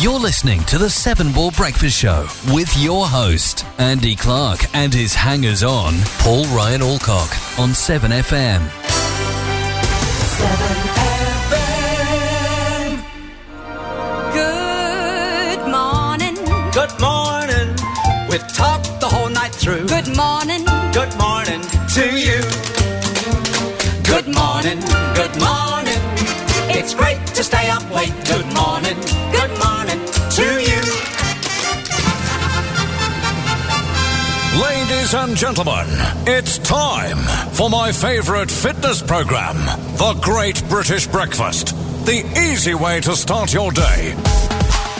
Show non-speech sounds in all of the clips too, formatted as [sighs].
You're listening to the Seven Ball Breakfast Show with your host, Andy Clark, and his hangers on, Paul Ryan Alcock, on 7FM. Good morning. Good morning. We've talked the whole night through. Good morning. Good morning to you. Good morning. Good morning. It's great to stay up late. Good morning. Good morning to you. Ladies and gentlemen, it's time for my favorite fitness program, The Great British Breakfast. The easy way to start your day.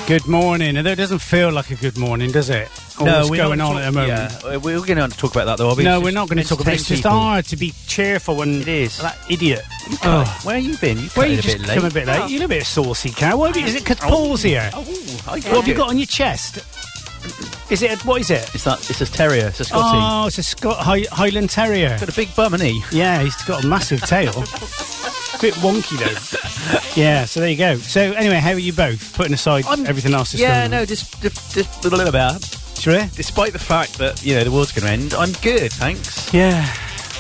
Good morning. Although it doesn't feel like a good morning, does it? Or what's we're going not on talk- at the moment? Yeah, we're going to talk about that though. are we? No, It's we're just- not going to talk about it. It's entertain just people. hard to be cheerful and It is. that idiot. Oh, where you been? You Well, came you a just bit late. come a bit late. You're a little bit saucy, cow. What have you- is it? Because Paul's here. Oh, I What have you it. got on your chest? Is it? A, what is it? It's that. It's a terrier. It's a Scottie. Oh, it's a Scot Hi- Highland Terrier. Got a big bum, hasn't he? Yeah, he's got a massive tail. [laughs] Bit wonky though. Yeah. So there you go. So anyway, how are you both? Putting aside everything else. that's Yeah, going on. no, just, just, just a little bit. Sure. Despite the fact that you know the world's going to end, I'm good, thanks. Yeah.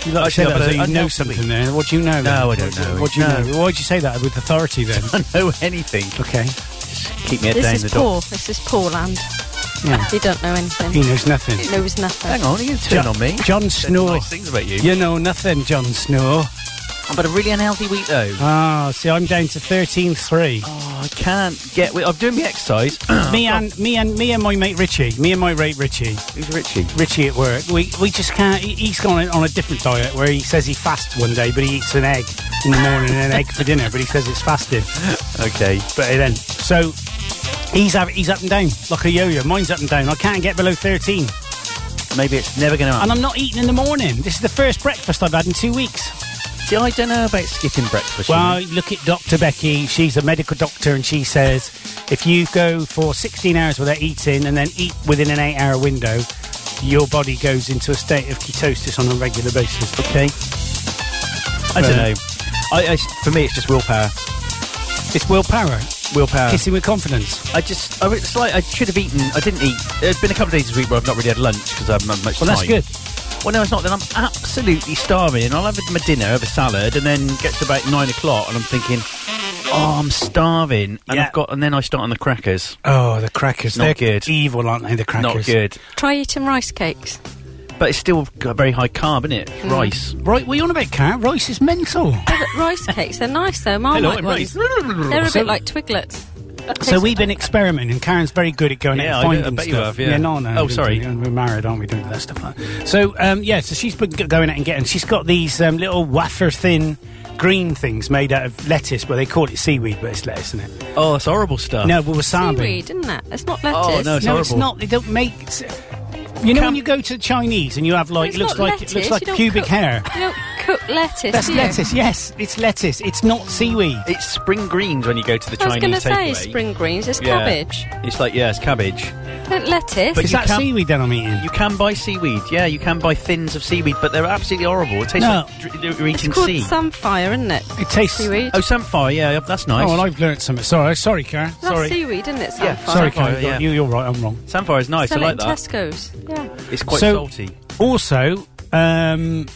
You like Actually, said I've had that, so a- you a know healthy [laughs] something week. there. What do you know? Then? No, I don't know. What do you No. know? Why'd you say that with authority then? Know anything? okay. Keep me a day in This the is door. poor. This is poor land. Yeah. You don't know He anything. knows nothing. Knows nothing. Hang on, are you going to turn Jo- on me? John Said Snow. Nice things about you. You know nothing, John Snow. I've had a really unhealthy week though. Ah, see, I'm down to 13.3. [coughs] Oh, I can't get with. I'm doing my exercise. me and me and me and my mate Richie, me and my mate Richie, Who's Richie? Richie at work. We we just can't. He, he's gone on a different diet where he says he fasts one day, but he eats an egg in the morning and an egg for dinner. But he says it's fasting. Okay. But it ain't. So he's up, he's up and down like a yo-yo. Mine's up and down. I can't get below 13, Maybe it's never going to happen. and I'm not eating in the morning. This is the first breakfast I've had in two weeks. See, I don't know about skipping breakfast. you Well, look at Dr. Becky. She's a medical doctor, and she says if you go for 16 hours without eating and then eat within an eight-hour window, your body goes into a state of ketosis on a regular basis. Okay, I don't Right. know. I, I- for me, it's just willpower. it's willpower, Willpower. kissing with confidence. I just, I, it's like I should have eaten. I didn't eat. There's been a couple of days this week where I've not really had lunch because I haven't had much Well, that's time. good. Well, no, it's not. Then I'm absolutely starving. I'll have my dinner, have a salad, and then get to about nine o'clock, and I'm thinking, oh, I'm starving, and Yeah. I've got, and then I start on the crackers. Oh, the crackers! Not They're good. evil, aren't they? The crackers. Not good. Try eating rice cakes. But it's still got very high carb, isn't it? Hmm. Rice. Right, what are you on about, Cat? Rice is mental. Oh, [laughs] but rice cakes, they're nice though. Oh Marmite I'm ones. They're a bit like twiglets. So we've been experimenting, and Karen's very good at going Yeah, out I and know- I finding bet you stuff. have, yeah. no, no. Oh, we don't sorry. do that. we're married, aren't we? Don't do that stuff. Like that. So, um, yeah. So she's been g- going out and getting. She's got these um, little wafer thin green things made out of lettuce. Well, they call it seaweed, but it's lettuce, isn't it? Oh, that's horrible stuff. No, but wasabi. Seaweed, isn't that? It's not lettuce. Oh, no, it's no, horrible. it's not. They don't make. s- You know when you go to the Chinese and you have like It's it looks not like lettuce. it looks You like don't pubic cook- hair. You don't cook lettuce. That's do you? lettuce. Yes, it's lettuce. It's not seaweed. It's spring greens when you go to the I was Chinese going to say takeaway. spring greens. It's Yeah. cabbage. It's like yeah, it's cabbage. Don't lettuce. But Is you that can't- seaweed that I'm eating? You can buy seaweed. Yeah, you can buy thins of seaweed, but they're absolutely horrible. It tastes No. like dr- dr- you're it's eating called sea. samphire, isn't it? it tastes. Seaweed. oh, samphire. Yeah, that's nice. Oh, well, I've learnt something. Sorry, sorry, Karen. That's sorry. seaweed, isn't it? Yeah, Samphire. Sorry, Sorry, Karen. yeah. You, you're right. I'm wrong. samphire is nice. Sell I it Oh, like in that. Tesco's. Yeah. It's quite So- salty. Also, um,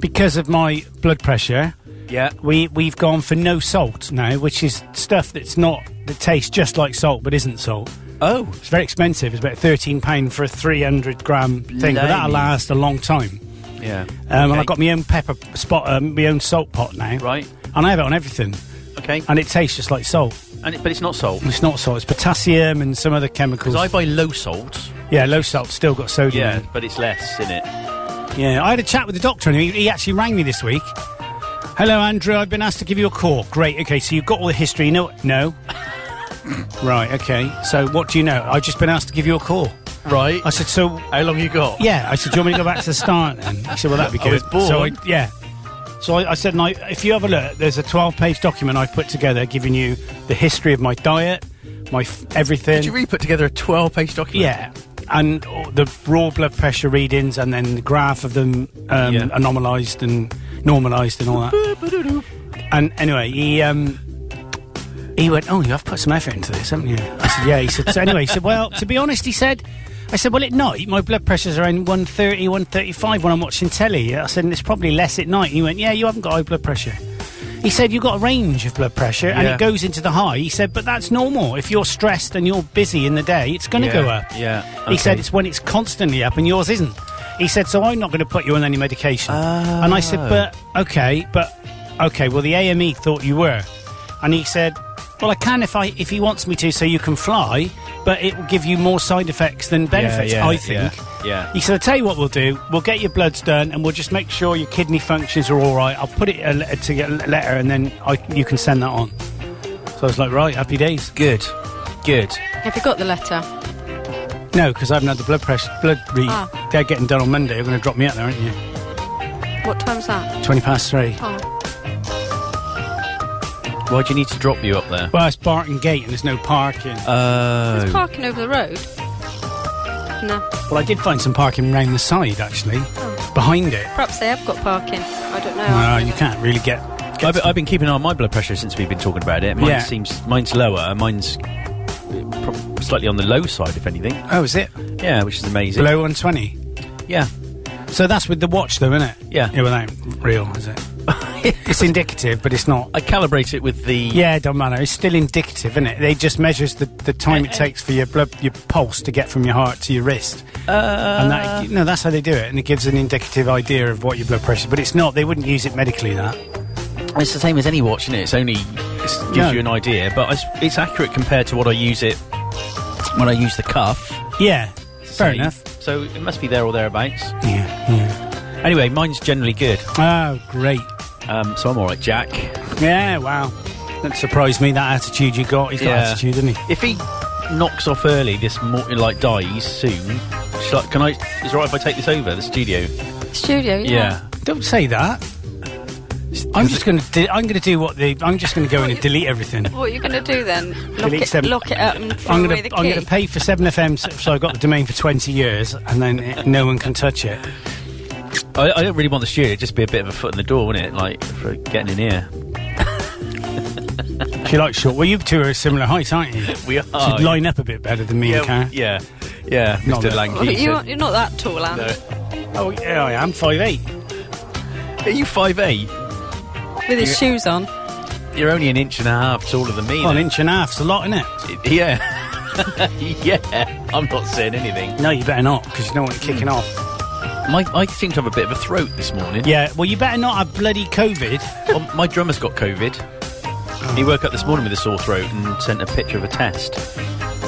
because of my blood pressure, Yeah. we we've gone for no salt now, which is stuff that's not that tastes just like salt but isn't salt. Oh, It's very expensive. It's about thirteen pound for a three hundred gram thing, but that'll Blimey. last a long time. yeah. Um, And Okay. I've got my own pepper spot, um, my own salt pot now, Right. And I have it on everything, Okay. and it tastes just like salt. And it, but it's not salt. It's not salt; it's potassium and some other chemicals. Because I buy low salt. yeah, low salt, still got sodium. in Yeah, it. but it's less in it. Yeah, I had a chat with the doctor and he, he actually rang me this week. Hello, Andrew. I've been asked to give you a call. Great. Okay, so you've got all the history. You know, no. [coughs] right. Okay. So what do you know? I've just been asked to give you a call. Right. I said, so How long you got? yeah. I said, do you want me to go back to the start? Then he said, well, that'd be I good. was bored. So I, yeah. So I, I said, and I, if you have a look, there's a 12-page document I've put together giving you the history of my diet, my f- everything. Did you really put together a 12-page document? Yeah, and all the raw blood pressure readings, and then the graph of them um, Yeah. anomalised and normalised and all that. and anyway, he um, He went, oh, you have put some effort into this, haven't you? I said, yeah. He said, so anyway, he said, well, to be honest, he said, I said, well, at night, my blood pressure's around 130, 135 when I'm watching telly. I said, and it's probably less at night. He went, yeah, you haven't got high blood pressure. He said, you've got a range of blood pressure, and Yeah. it goes into the high. He said, but that's normal. If you're stressed and you're busy in the day, it's going to Yeah, go up. yeah, He said, okay. it's when it's constantly up and yours isn't. He said, so I'm not going to put you on any medication. And I Oh. said, but, okay, but, okay, well, the AME thought you were. And he said, well, I can if I if he wants me to, so you can fly, but it will give you more side effects than benefits, yeah, I yeah, think. yeah. He said, I'll tell you what we'll do. We'll get your bloods done and we'll just make sure your kidney functions are all right. I'll put it a letter to get a letter and then I, you can send that on. So I was like, right, happy days. Good. Good. Have you got the letter? No, because I haven't had the blood pressure, blood read. Ah. They're getting done on Monday. You're going to drop me out there, aren't you? What time's that? 20 past three. Oh, Why do you need to drop you up there? Well, it's Barton Gate and there's no parking. Uh, there's Oh. parking over the road. No, well, I did find some parking round the side, actually, behind it. perhaps they have got parking. I don't know. Uh, you can't really get. get I've, I've been keeping an eye on my blood pressure since we've been talking about it. Mine Yeah. seems mine's lower. Mine's prob- slightly on the low side, if anything. oh, is it? Yeah, which is amazing. Below 120. Yeah, [laughs] So that's with the watch, though, isn't it? Yeah. Yeah, well, that ain't real, is it? it's indicative, but it's not. I calibrate it with the. Yeah, it don't matter. It's still indicative, isn't it? It just measures the, the time it takes for your blood, your pulse to get from your heart to your wrist. Uh, and that, no, that's how they do it, and it gives an indicative idea of what your blood pressure. But it's not. They wouldn't use it medically. That It's the same as any watch, isn't it? It's only it's, gives No. you an idea, but it's, it's accurate compared to what I use it when I use the cuff. yeah, fair See? enough. So it must be there or thereabouts. Yeah, yeah. Anyway, mine's generally good, Oh, great. um, so I'm all right, Jack. Yeah, wow. That surprised me. That attitude you got. He's got Yeah. attitude, isn't he? If he knocks off early this morning, like dies soon, shall I, can I? Is it all right if I take this over the studio? Studio, yeah. Don't say that. I'm just going to. De- I'm going to do what the. I'm just going to go in and delete everything. What are you going to do then? Lock Delete it, them. lock it up and throw um, I'm away going the to key. I'm going to pay for Seven FM, so, so I got the domain for twenty years, and then it, no one can touch it. I, I don't really want the studio; it'd just be a bit of a foot in the door, wouldn't it? Like for getting in here. She likes short. Well, you two are similar heights, aren't you? We are. Oh, Should line up a bit better than me and yeah, Karen. yeah, yeah, Not Mr. that- Lanky. Well, you said- aren't, you're not that tall, Anne. No. Oh yeah, I am five eight. Are you five eight? With his shoes on. You're only an inch and a half taller than me. Well, an then. inch and a half's a lot, isn't [laughs] it? Yeah. [laughs] yeah. I'm not saying anything. No, you better not, because you don't want it kicking off. My, I seem to have a bit of a throat this morning. Yeah, well, you better not have bloody COVID. Well, my drummer's got COVID. Ah. He woke up this morning with a sore throat and sent a picture of a test.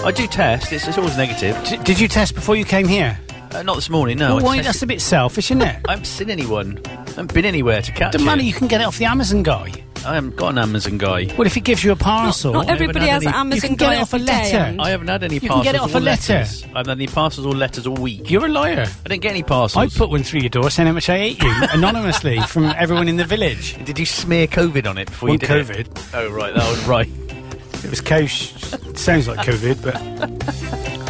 I do test. It's, it's always negative. D- did you test before you came here? Uh, not this morning. No. well, I, why, tested- that's a bit selfish, [laughs] isn't it? I haven't seen anyone. I haven't been anywhere to catch The money you it. can get it off the Amazon guy. I haven't got an Amazon guy. Well, if he gives you a parcel, Not everybody had has any- an Amazon you can guy get it off a every day, letter. Anne. I haven't had any You parcels. can get it off or a letter. letters. I haven't had any parcels or letters all week. you're a liar. I didn't get any I parcels. put one through your door saying how much [laughs] I ate you anonymously from everyone in the village. Did you smear COVID on it before you did Wasn't it? Oh right, that was right. It was coach. Sounds like COVID, but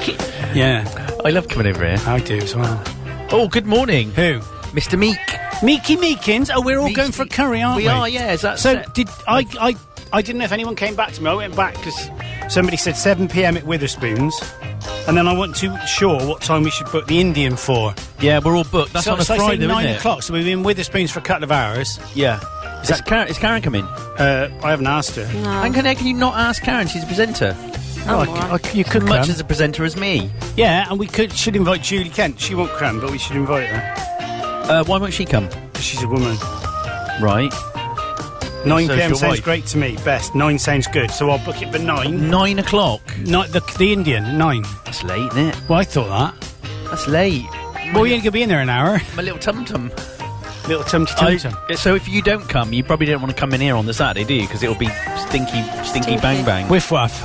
yeah, I love coming over here. I do as well. Oh, good morning, Who? Mr. Meek. Meeky Meekins. Oh, we're all going for a curry, aren't we? We are, yeah. Is that So set? did I? I I didn't know if anyone came back to me. I went back because somebody said 7 p.m. at Witherspoons, and then I wasn't too sure what time we should book the Indian for. Yeah, we're all booked. That's so on a so I said Friday, nine isn't it? o'clock. So we've been in Witherspoons for a couple of hours. Yeah. Is, Is that Karen, is Karen coming? Uh, I haven't asked her. And can, can you not ask Karen? She's a presenter. Oh, Mm, I'm all I- right. I- you could Much come. as a presenter as me. yeah, and we could should invite Julie Kent. She won't come, but we should invite her. Uh, why won't she come? 'cause She's a woman. Right. So it's 9 p.m. your sounds wife. great to me. Best. 9 sounds good. So I'll book it for 9. Nine o'clock. Not the, the Indian, 9. That's late, isn't it? Mm-hmm. Well, I thought that. That's late. Well, you're going to be in there an hour. My little tum tum. Little tum tum tum. So if you don't come, you probably don't want to come in here on the Saturday, do you? Because it'll be stinky, stinky Stinky. bang bang. Whiff waff.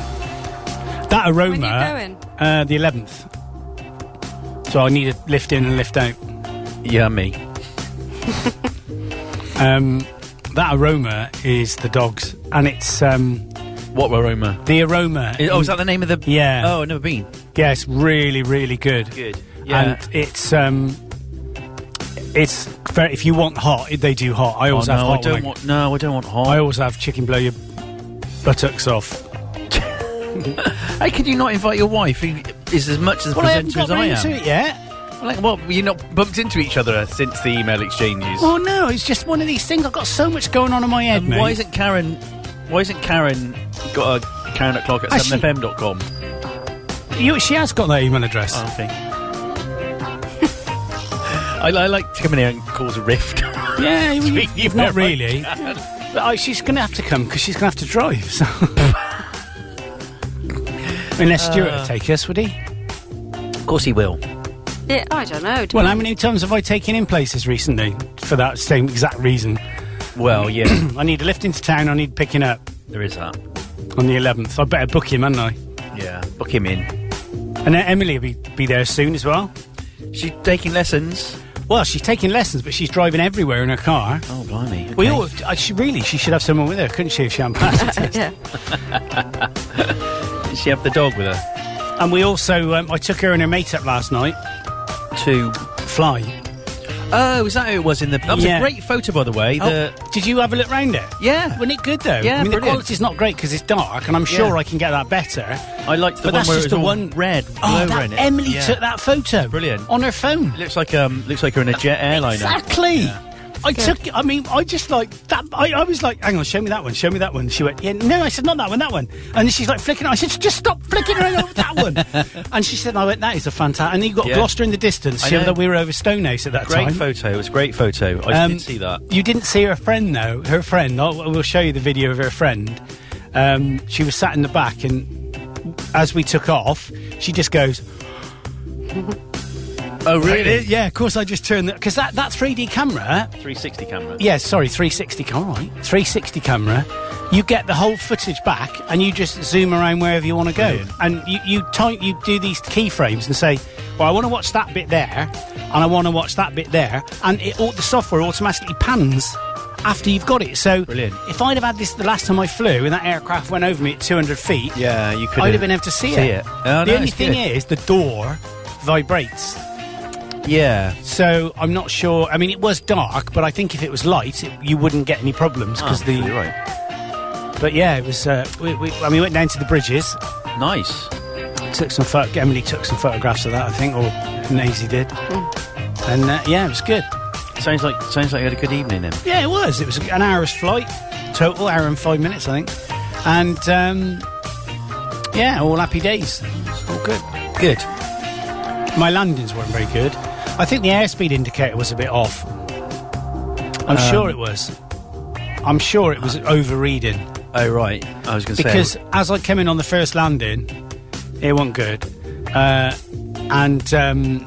That aroma. When are you going? Uh, the 11th. So I need a lift in and lift out. Yummy. Um, that aroma is the dog's, and it's um, What aroma? the aroma. Is- Oh, is that the name of the? Yeah. Oh, I've never been. Yeah, it's really, really good. Good. Yeah. And it's um, it's very, if you want hot, they do hot. I Oh, always have no, I hot. don't wing. want. No, I don't want hot. I always have chicken blow your buttocks off. Hey, could you not invite your wife, who is as much as Well, I haven't presenter got as I round am? to it yet. Like, what? You're not bumped into each other uh, since the email exchanges. Well, Oh, no, it's just one of these things. I've got so much going on in my head, And mate. why isn't Karen? Why isn't Karen got a Karen at clock at Actually- 7fm.com? You, she has got that email address. Oh, okay. [laughs] I, I like to come in here and cause a rift. [laughs] Yeah, well, you, Between you you've not and really. But oh, she's going to have to come because she's going to have to drive. So. [laughs] Unless Stuart Uh. would take us, would he? Of course he will. Yeah, I don't know. Well, how many times have I taken in places recently for that same exact reason? Well, yeah, [coughs] I need a lift into town. I need picking up there is that. on the 11th. I better book him, hadn't I? Yeah, book him in. And then Emily will be, be there soon as well. She's taking lessons. Well, she's taking lessons, but she's driving everywhere in her car. Oh, blimey. We all, I, she, really, she should have someone with her, couldn't she, if she hadn't passed [laughs] the test? yeah. Did she have the dog with her? And we also, um, I took her and her mate up last night, Two. Fly. Oh, is that who it was in the? That was Yeah. a great photo, by the way. The Oh, did you have a look round it? yeah, Wasn't it good though? Yeah, I mean, the brilliant. quality's not great because it's dark, and I'm sure Yeah. I can get that better. I liked the but one that's where just it was the all one- red. Oh, glow that in it. Emily Yeah. took that photo. Brilliant. On her phone. Looks like um, looks like you're in a jet airliner. Exactly. I took. it- I mean, I just like that. I, I was like, "Hang on, show me that one. Show me that one." She went, "Yeah, no." I said, "Not that one. That one." And then she's like flicking. It. I said, "Just stop flicking her over [laughs] that one." And she said, "I went. That is a fantastic." And you got Yeah. Gloucester in the distance. I Show know. that we were over Stonehouse at that Great time. photo. It was a great photo. I Um, did see that. You didn't see her friend though. Her friend. I'll, we'll show you the video of her friend. Um, she was sat in the back, and as we took off, she just goes. Oh, Yeah, of course. I just turned because that that 3D camera 360 camera. Yeah, sorry, 360 camera. All right. 360 camera. You get the whole footage back, and you just zoom around wherever you want to go, and you you type, you do these keyframes and say, "Well, I want to watch that bit there, and I want to watch that bit there," and it all, the software automatically pans after you've got it. So, Brilliant. if I'd have had this the last time I flew, and that aircraft went over me at 200 feet, Yeah, you could. I'd have been able to see, see it. Oh, the no, only it's thing good. is, the door vibrates. Yeah. So I'm not sure. I mean, it was dark, but I think if it was light, it, you wouldn't get any problems because the. Ah, You're right. But yeah, it was. Uh, we, we, I mean, we went down to the bridges, Nice. took some photo. Emily took some photographs of that, I think, or Nazy did. Hmm. And uh, yeah, it was good. Sounds like sounds like you had a good evening then. Yeah, it was. It was an hour's flight total, hour and five minutes, I think. And um, yeah, all happy days. All good. Good. My landings weren't very good. I think the airspeed indicator was a bit off. I'm sure it was. I'm sure it was overreading Oh right. I was going to say because as I came in on the first landing, it wasn't good, uh, and um,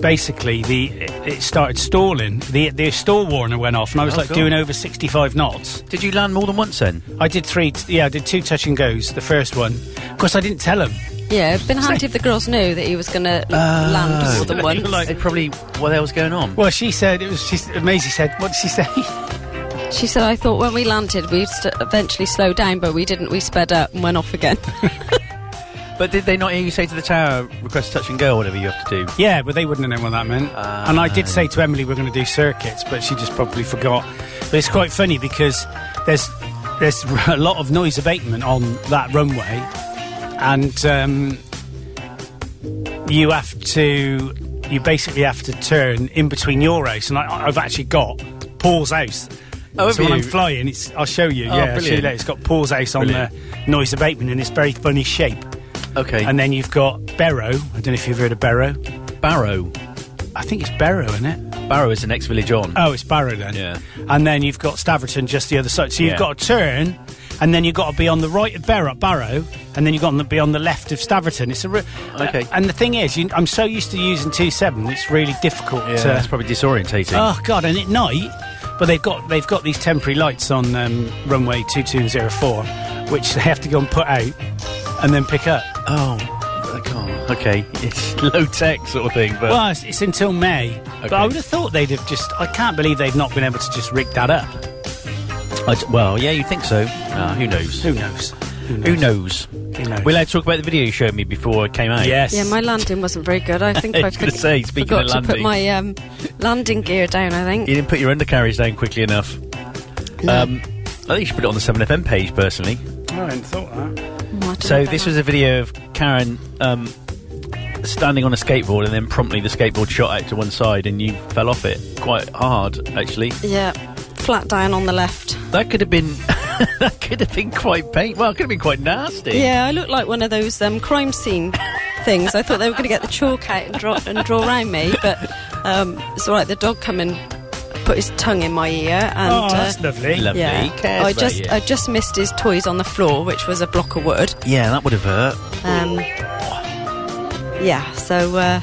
basically the it, it started stalling. the The stall warner went off, and I was Oh, like God. doing over sixty five knots. Did you land more than once then? I did three, t- yeah, I did two touch and goes. The first one, of course, I didn't tell him. Yeah, it'd been handy if the girls knew that he was going to land more [laughs] than once. Like probably what the hell's going on? Well, she said it was. She, s- Maisie said, "What did she say?" [laughs] She said, I thought when we landed, we'd st- eventually slow down, but we didn't. We sped up and went off again. But did they not hear you say to the tower request touch and go or whatever you have to do? yeah, but they wouldn't have known what that meant. Ah. and I did say to Emily, "We're going to do circuits," but she just probably forgot. But it's quite funny because there's there's [laughs] a lot of noise abatement on that runway, and um, you have to you basically have to turn in between your house, and I, I've actually got Paul's house. Oh, have so when you? I'm flying, it's, I'll show you. Oh, yeah, I'll show you brilliant. later. it's got Paul's house on Brilliant. the noise abatement, and it's very funny shape. Okay. And then you've got Barrow. I don't know if you've heard of Barrow. Barrow. I think it's Barrow, isn't it? Barrow is the next village on. Oh, it's Barrow then. Yeah. And then you've got Staverton just the other side. So you've Yeah. got to turn, and then you've got to be on the right of Barrow, Barrow and then you've got to be on the left of Staverton. It's a re- uh, Okay. and the thing is, you, I'm so used to using two seven, it's really difficult. yeah. to, That's probably disorientating. oh god! And at night, but they've got they've got these temporary lights on um, runway two two zero four, which they have to go and put out, and then pick up. oh. I can't. Okay. [laughs] It's low tech sort of thing, but Well, it's, it's until May. But Okay. I would have thought they'd have just. I can't believe they've not been able to just rig that up. I d- well, yeah, you think so. Ah, who knows? Who knows? Who knows? Who knows? We allowed to talk about the video you showed me before I came out. Yes. yeah, my landing wasn't very good. I think [laughs] I I, was gonna forg- say, speaking forgot of to put landings. my um, landing gear down, I think. You didn't put your undercarriage down quickly enough. Um, I think you should put it on the 7FM page, personally. No, I hadn't thought that. So this was a video of Karen um, standing on a skateboard, and then promptly the skateboard shot out to one side, and you fell off it quite hard, actually. Yeah, flat down on the left. That could have been [laughs] that could have been quite pain. Well, it could have been quite nasty. Yeah, I looked like one of those um, crime [laughs] scene things. I thought they were going to get the chalk out and draw and draw round me, but um, it's all right. The dog come and put his tongue in my ear, and oh, uh, that's lovely. Lovely. yeah, He cares I about just you. I just missed his toys on the floor, which was a block of wood. yeah, that would have hurt. Um, yeah, so uh,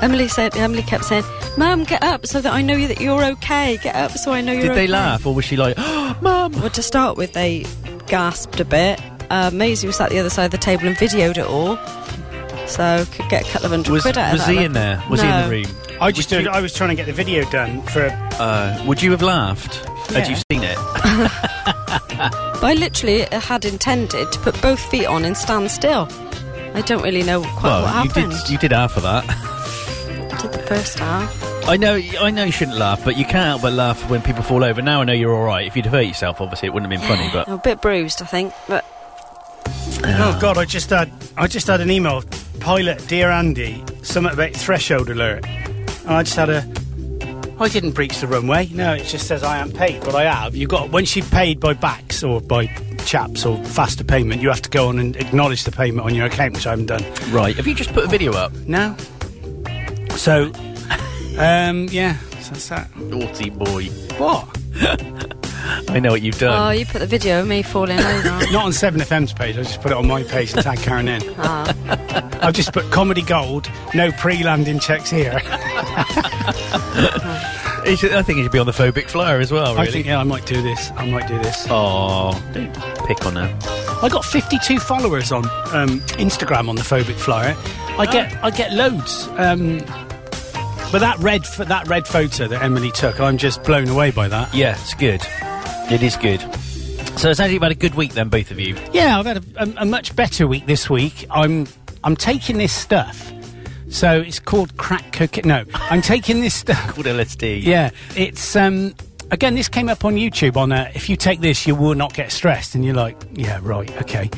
Emily said Emily kept saying, "Mum, get up so that I know that you're okay. Get up so I know you're." Did they okay." laugh, or was she like, [gasps] oh, "Mum"? Well, to start with, they gasped a bit. Uh, Maisie was at the other side of the table and videoed it all, so could get a couple of hundred Was, quid out of was that. he like- in there? Was he in No. the room? I just Would did, I was trying to get the video done for. Uh, would you have laughed had you Yeah. seen it? But I literally uh, had intended to put both feet on and stand still. I don't really know quite what well, you happened. did. You did half of that. [laughs] did the first half. I know. I know you shouldn't laugh, but you can't help but laugh when people fall over. Now I know you're all right. If you'd hurt yourself, obviously it wouldn't have been funny. But A bit bruised, I think, but Oh God, I just had I just had an email, pilot dear Andy, something about threshold alert. And I just had a. I didn't breach the runway. No, it just says I am paid, but I have. You got once you've paid by backs or by chaps or faster payment, you have to go on and acknowledge the payment on your account, which I haven't done. right, have you just put a video up? No. So, [laughs] um, yeah, so that's that. Naughty boy. What? I know what you've oh, done. you put the video of me falling over. Not on 7FM's page, I just put it on my page and tag Karen in. I've just put comedy gold, no pre landing checks here. [laughs] Uh, He should- I think you should be on the phobic flyer as well. Really. I think, yeah, I might do this. I might do this. Oh, don't pick on her. I got 52 followers on um, Instagram on the Phobic Flyer. I get I get loads. Um, but that red f- that red photo that Emily took, I'm just blown away by that. Yeah, it's good. It is good. So it sounds like you've had a good week then, both of you. Yeah, I've had a, a, a much better week this week. I'm I'm taking this stuff. So it's called crack cocaine. No, I'm taking this stuff. [laughs] Called LSD. Yeah, it's um again. This came up on YouTube. On uh, if you take this, you will not get stressed, and you're like, yeah, right, okay.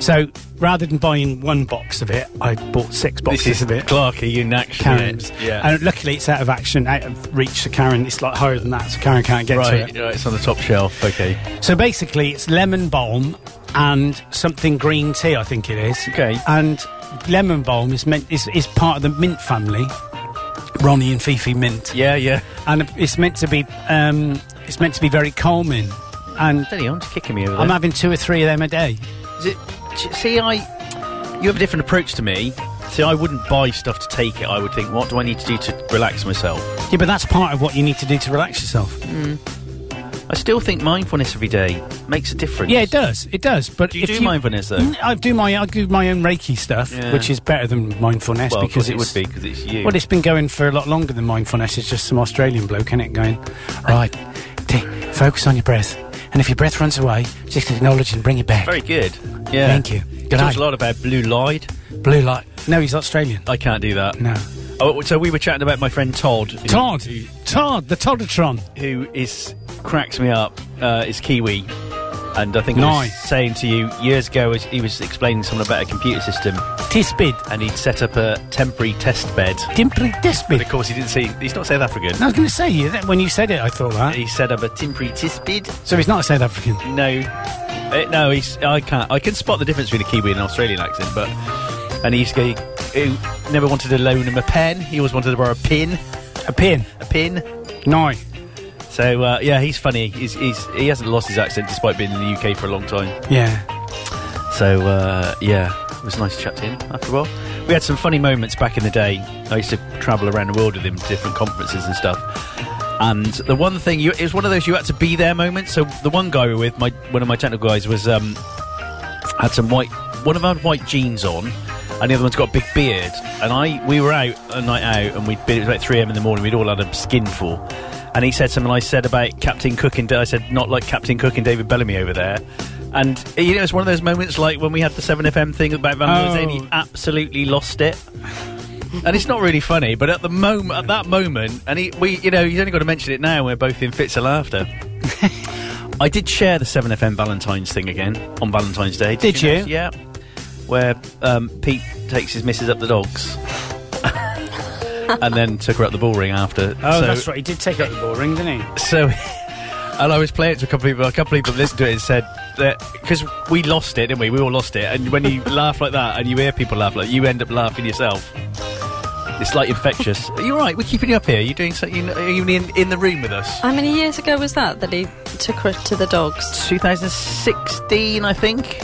So rather than buying one box of it, I bought six boxes This is of it. Clark, are you next? Karen's. Yeah. And luckily, it's out of action, out of reach for Karen. It's like higher than that, so Karen can't get to right, it. right, it's on the top shelf. Okay. So basically, it's lemon balm and something green tea, I think it is. Okay. And lemon balm is meant is, is part of the mint family, Ronnie and Fifi mint, Yeah, yeah. and it's meant to be um, it's meant to be very calming. And Steady on, just kicking me over there. I'm having two or three of them a day. Is it, t- see, I, you have a different approach to me. See, I wouldn't buy stuff to take it. I would think, what do I need to do to relax myself? Yeah, but that's part of what you need to do to relax yourself. I still think mindfulness every day makes a difference. Yeah, it does. It does. But Do you if do you, mindfulness though? Mm, I do my I do my own Reiki stuff, Yeah. which is better than mindfulness Well, because because it would it's- be because it's you. Well, it's been going for a lot longer than mindfulness. It's just some Australian bloke, is it? Going right, t- focus on your breath, and if your breath runs away, just acknowledge and bring it back. Very good. Yeah. Thank you. He Good talks night. a lot about blue light. Blue light. No, he's Australian. I can't do that. No. Oh, so we were chatting about my friend Todd. who- Todd, Todd, the Toddatron. who is cracks me up uh, is Kiwi, and I think I was Nice. saying to you years ago as he was explaining someone about a computer system, Tisbid, and he'd set up a temporary test bed. Dimply But Tisbid. of course, he didn't see. He's not South African. I was going to say yeah, that when you said it, I thought that. He set up a temporary test bed. So he's not a South African. No, Eh, no, he's. I can't. I can spot the difference between a Kiwi and an Australian accent, but and he used to go. He never wanted to loan him a pen. He always wanted to borrow a pin. A pin. A pin. No. So uh, yeah, he's funny. He's, he's he hasn't lost his accent despite being in the UK for a long time. Yeah. So uh, yeah, it was nice to chat to him after a while. We had some funny moments back in the day. I used to travel around the world with him to different conferences and stuff. And the one thing you, it was one of those you had to be there moments. So the one guy we were with, my one of my technical guys, was um, had some white. One of them had white jeans on, and the other one's got a big beard. And I, we were out a night out, and we'd been. It was like three a.m. in the morning. We'd all had a skinful. And he said something I said about Captain Cook and I said not like Captain Cook and David Bellamy over there. And you know, it's one of those moments like when we had the Seven FM thing about Van Oh. Morrison. He absolutely lost it. And it's not really funny, but at the moment, [laughs] at that moment, and he, we, you know, he's only got to mention it now. We're both in fits of laughter. I did share the 7FM Valentine's thing again on Valentine's Day. Did notice? you? Yeah. Where um, Pete takes his missus up the dogs [laughs] and then took her up the ball ring after. Oh, so, that's right. He did take out the ball ring, didn't he? So, [laughs] and I was playing it to a couple of people. A couple of people listened to it and said that because we lost it, didn't we? We all lost it. And when you [laughs] laugh like that and you hear people laugh like you end up laughing yourself. It's like infectious. Are you all right? We're keeping you up here. You're doing something. Are you in, in the room with us? How many years ago was that that he took her to the dogs? 2016, I think.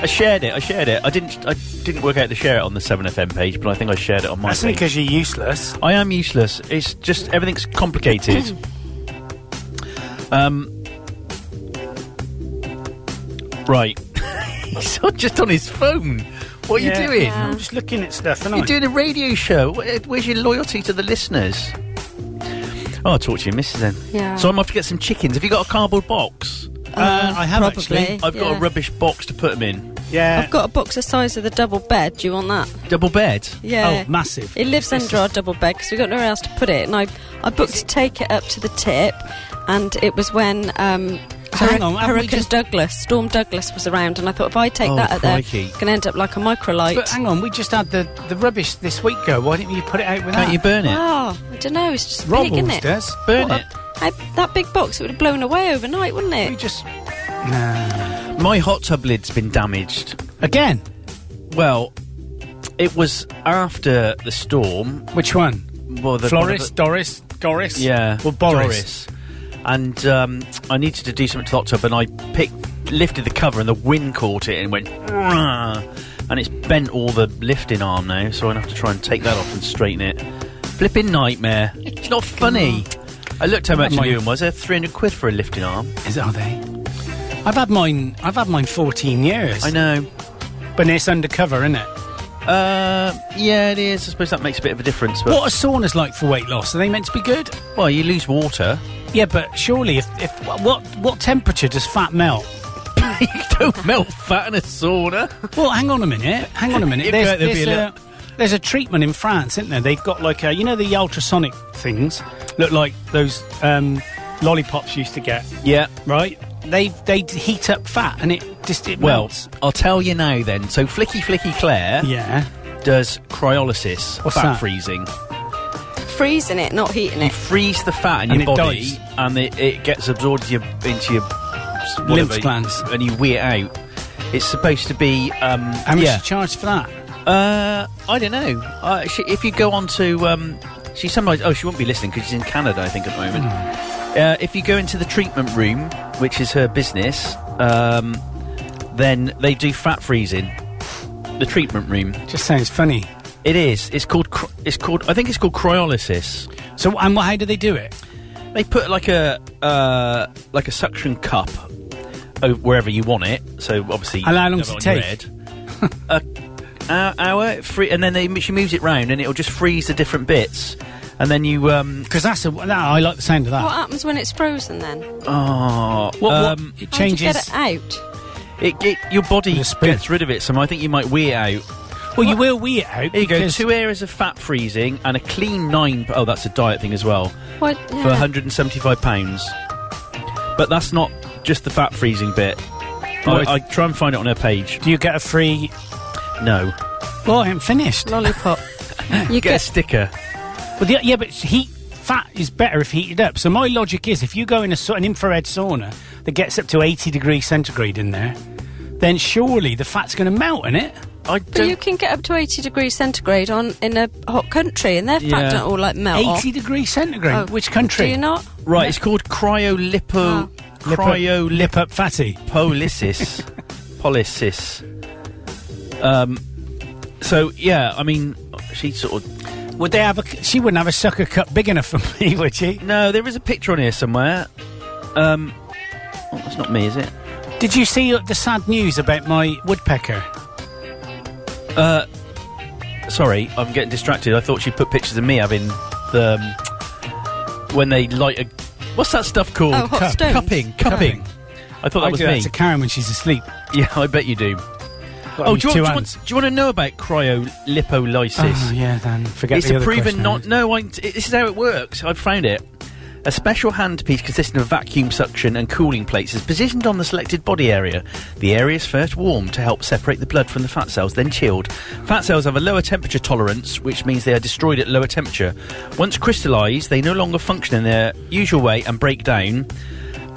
I shared it. I shared it. I didn't. I didn't work out to share it on the 7FM page, but I think I shared it on my That's page. because you're useless. I am useless. It's just everything's complicated. Hmm. um, right. [laughs] He's not just on his phone. What are Yeah. you doing? Yeah. I'm just looking at stuff, and I? You're doing a radio show. Wh- eh, Where's your loyalty to the listeners? Oh, I'll talk to your missus then. Yeah. So I'm off to get some chickens. Have you got a cardboard box? uh, I have actually. Probably. I've got a yeah. rubbish box to put them in. Yeah. I've got a box the size of the double bed. Do you want that? Double bed. Yeah. Oh, massive. It lives under our double bed because we've got nowhere else to put it. And I, I booked to take it up to the tip, and it was when um, So hang Hurric- on, haven't we Hurricane just- Douglas, Storm Douglas was around, and I thought if I take Oh, that out crikey. there, it's going to end up like a microlite. But hang on, we just had the, the rubbish this week go. Why didn't you put it out with Can't that? you burn it? Oh, I don't know. It's just Rob big, isn't always it? does. Burn What it. a- I- that big box, it would have blown away overnight, wouldn't We it? just My hot tub lid's been damaged. again. Well, it was after the storm. Which one? Well, the, Floris, Doris, Goris. yeah, Or Boris. Doris. And um, I needed to do something to the hot tub, and I picked, lifted the cover, and the wind caught it and went, "Rah!" and it's bent all the lifting arm now. So I'm gonna have to try and take that off and straighten it. Flipping nightmare. It's not funny. I looked how much Mine- a new one was. There, three hundred quid for a lifting arm. Is are they? I've had mine. I've had mine 14 years. I know. But it's undercover, isn't it? Uh, yeah, it is. I suppose that makes a bit of a difference. But What are saunas like for weight loss? Are they meant to be good? Well, you lose water. Yeah, but surely if, if what what temperature does fat melt? [laughs] you don't melt fat in a sauna. Well, hang on a minute. Hang on a [laughs] minute. You'd There's, go out there and be there's, a a, there's a treatment in France, isn't there? They've got like a you know the ultrasonic things look like those um, lollipops used to get, Yeah. right? They they d- heat up fat and it just it Well, melts. I'll tell you now then. So Flicky Flicky Claire Yeah. does cryolysis, What's fat that? freezing. Freezing it, not heating it. Freeze the fat in And your it body, dies. and it, it gets absorbed into your, into your s- whatever, Lymph glands. and you wee it out. It's supposed to be. Um, How much yeah. you charge for that? Uh, I don't know. Uh, she, if you go on to, um, she sometimes. Oh, she won't be listening because she's in Canada, I think, at the moment. Uh, if you go into the treatment room, which is her business, um, then they do fat freezing. The treatment room. Just sounds funny. It is. It's called. cr- It's called. I think it's called cryolysis. So and wh- how do they do it? They put like a uh, like a suction cup o- wherever you want it. So obviously, And how long you have does it on your take? head. a hour, free, and then they, she moves it round, and it'll just freeze the different bits. And then you, um, Because that's a, that, I like the sound of that. What happens when it's frozen then? How oh, um, it do you changes. get it out? it, it, your body The spirit. gets rid of it. So I think you might wear it out. Well, you will wee it out. Here you go. because- Two areas of fat freezing and a clean nine. Oh, that's a diet thing as well What? for Yeah. 175 pounds. But that's not just the fat freezing bit. Well, I, I try and find it on her page. Do you get a free? No, Well, I haven't finished. Lollipop. you get a get. sticker. Well, the, yeah, but it's heat fat is better if heated up. So my logic is, if you go in a, sa- an infrared sauna that gets up to eighty degrees centigrade in there, then surely the fat's going to melt in it. I But you don't. can get up to 80 degrees centigrade on in a hot country, and their fat Yeah. don't all like melt Eighty off. degrees centigrade. Oh, Which country? Do you not? Right, it's called cryolipo. Oh. Lip up- Cryolipo. lip up fatty. Polysis. [laughs] Polysis. Um, so, yeah, I mean, she sort of. Would they have a? c- She wouldn't have a sucker cup big enough for [laughs] me, would she? No, there is a picture on here somewhere. Um, oh, that's not me, is it? Did you see uh, the sad news about my woodpecker? Sorry, I'm getting distracted. I thought she put pictures of me having the. um, when they light a. What's that stuff called? Oh, hot cup. stones. Cupping. Cupping. I thought that I was do me. that to Karen when she's asleep. [laughs] Yeah, I bet you do. Got Oh, these do you, want, do, you two want, hands. do you want to know about cryolipolysis? Oh, yeah, then forget it's the a other proven question. not. No, I, this is how it works. I've found it. A special handpiece consisting of vacuum suction and cooling plates is positioned on the selected body area. The area is first warmed to help separate the blood from the fat cells, then chilled. Fat cells have a lower temperature tolerance, which means they are destroyed at lower temperature. Once crystallised, they no longer function in their usual way and break down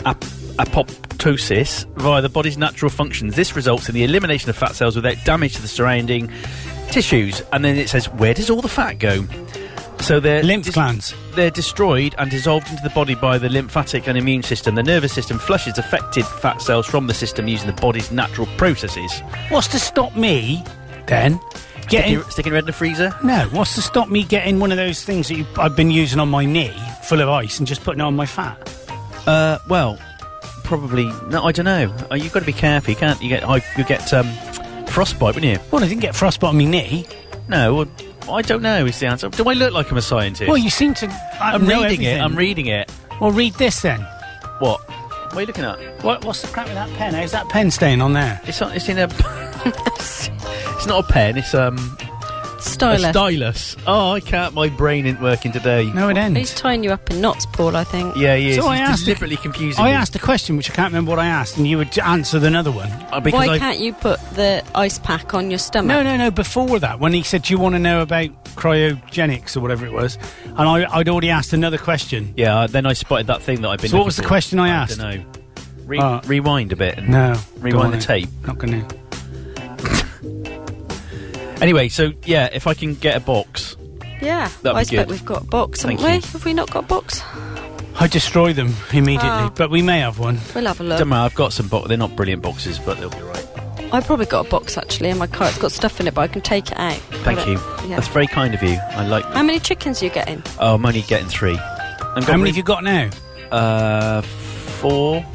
ap- apoptosis via the body's natural functions. This results in the elimination of fat cells without damage to the surrounding tissues. And then it says, where does all the fat go? So they're Lymph glands. They're destroyed and dissolved into the body by the lymphatic and immune system. The nervous system flushes affected fat cells from the system using the body's natural processes. What's to stop me then getting? Sticking, sticking red in the freezer. No, what's to stop me getting one of those things that you, I've been using on my knee, full of ice, and just putting it on my fat? Uh, well, probably. No, I don't know. Uh, you've got to be careful. You can't. You get. I- You get um, frostbite, wouldn't you? Well, I didn't get frostbite on my knee. No. Well, I don't know. Is the answer? Do I look like I'm a scientist? Well, you seem to. I I'm know reading it. everything. I'm reading it. Well, read this then. What? What are you looking at? What, what's the crap with that pen? How's that pen staying on there? It's on, It's in a. [laughs] it's not a pen. It's um. A Styler. stylus. Oh, I can't. My brain isn't working today. No, it He's ends. tying you up in knots, Paul, I think. Yeah, he is. So I He's asked a- deliberately confusing. I me. asked a question which I can't remember what I asked, and you would answer another one. Uh, because Why I, can't you put the ice pack on your stomach? No, no, no. Before that, when he said, "Do you want to know about cryogenics or whatever it was," and I, I'd already asked another question. Yeah, uh, then I spotted that thing that I've been. So what was the question I asked? don't know. Re- Ah. rewind a bit. And No, don't Rewind wanna- the tape. Not going to. Anyway, so yeah, if I can get a box, Yeah. That'd I be expect good. we've got a box, haven't Thank we? you. Have we not got a box? I destroy them immediately, Oh. but we may have one. We'll have a don't look. matter. I've got some. Bo- they're not brilliant boxes, but they'll be right. I probably got a box actually in my car. It's got stuff in it, but I can take it out. Thank Got you. it. Yeah. That's very kind of you. I like. How many chickens are you getting? Oh, I'm only getting three. I'm How many have you got now? Uh, four.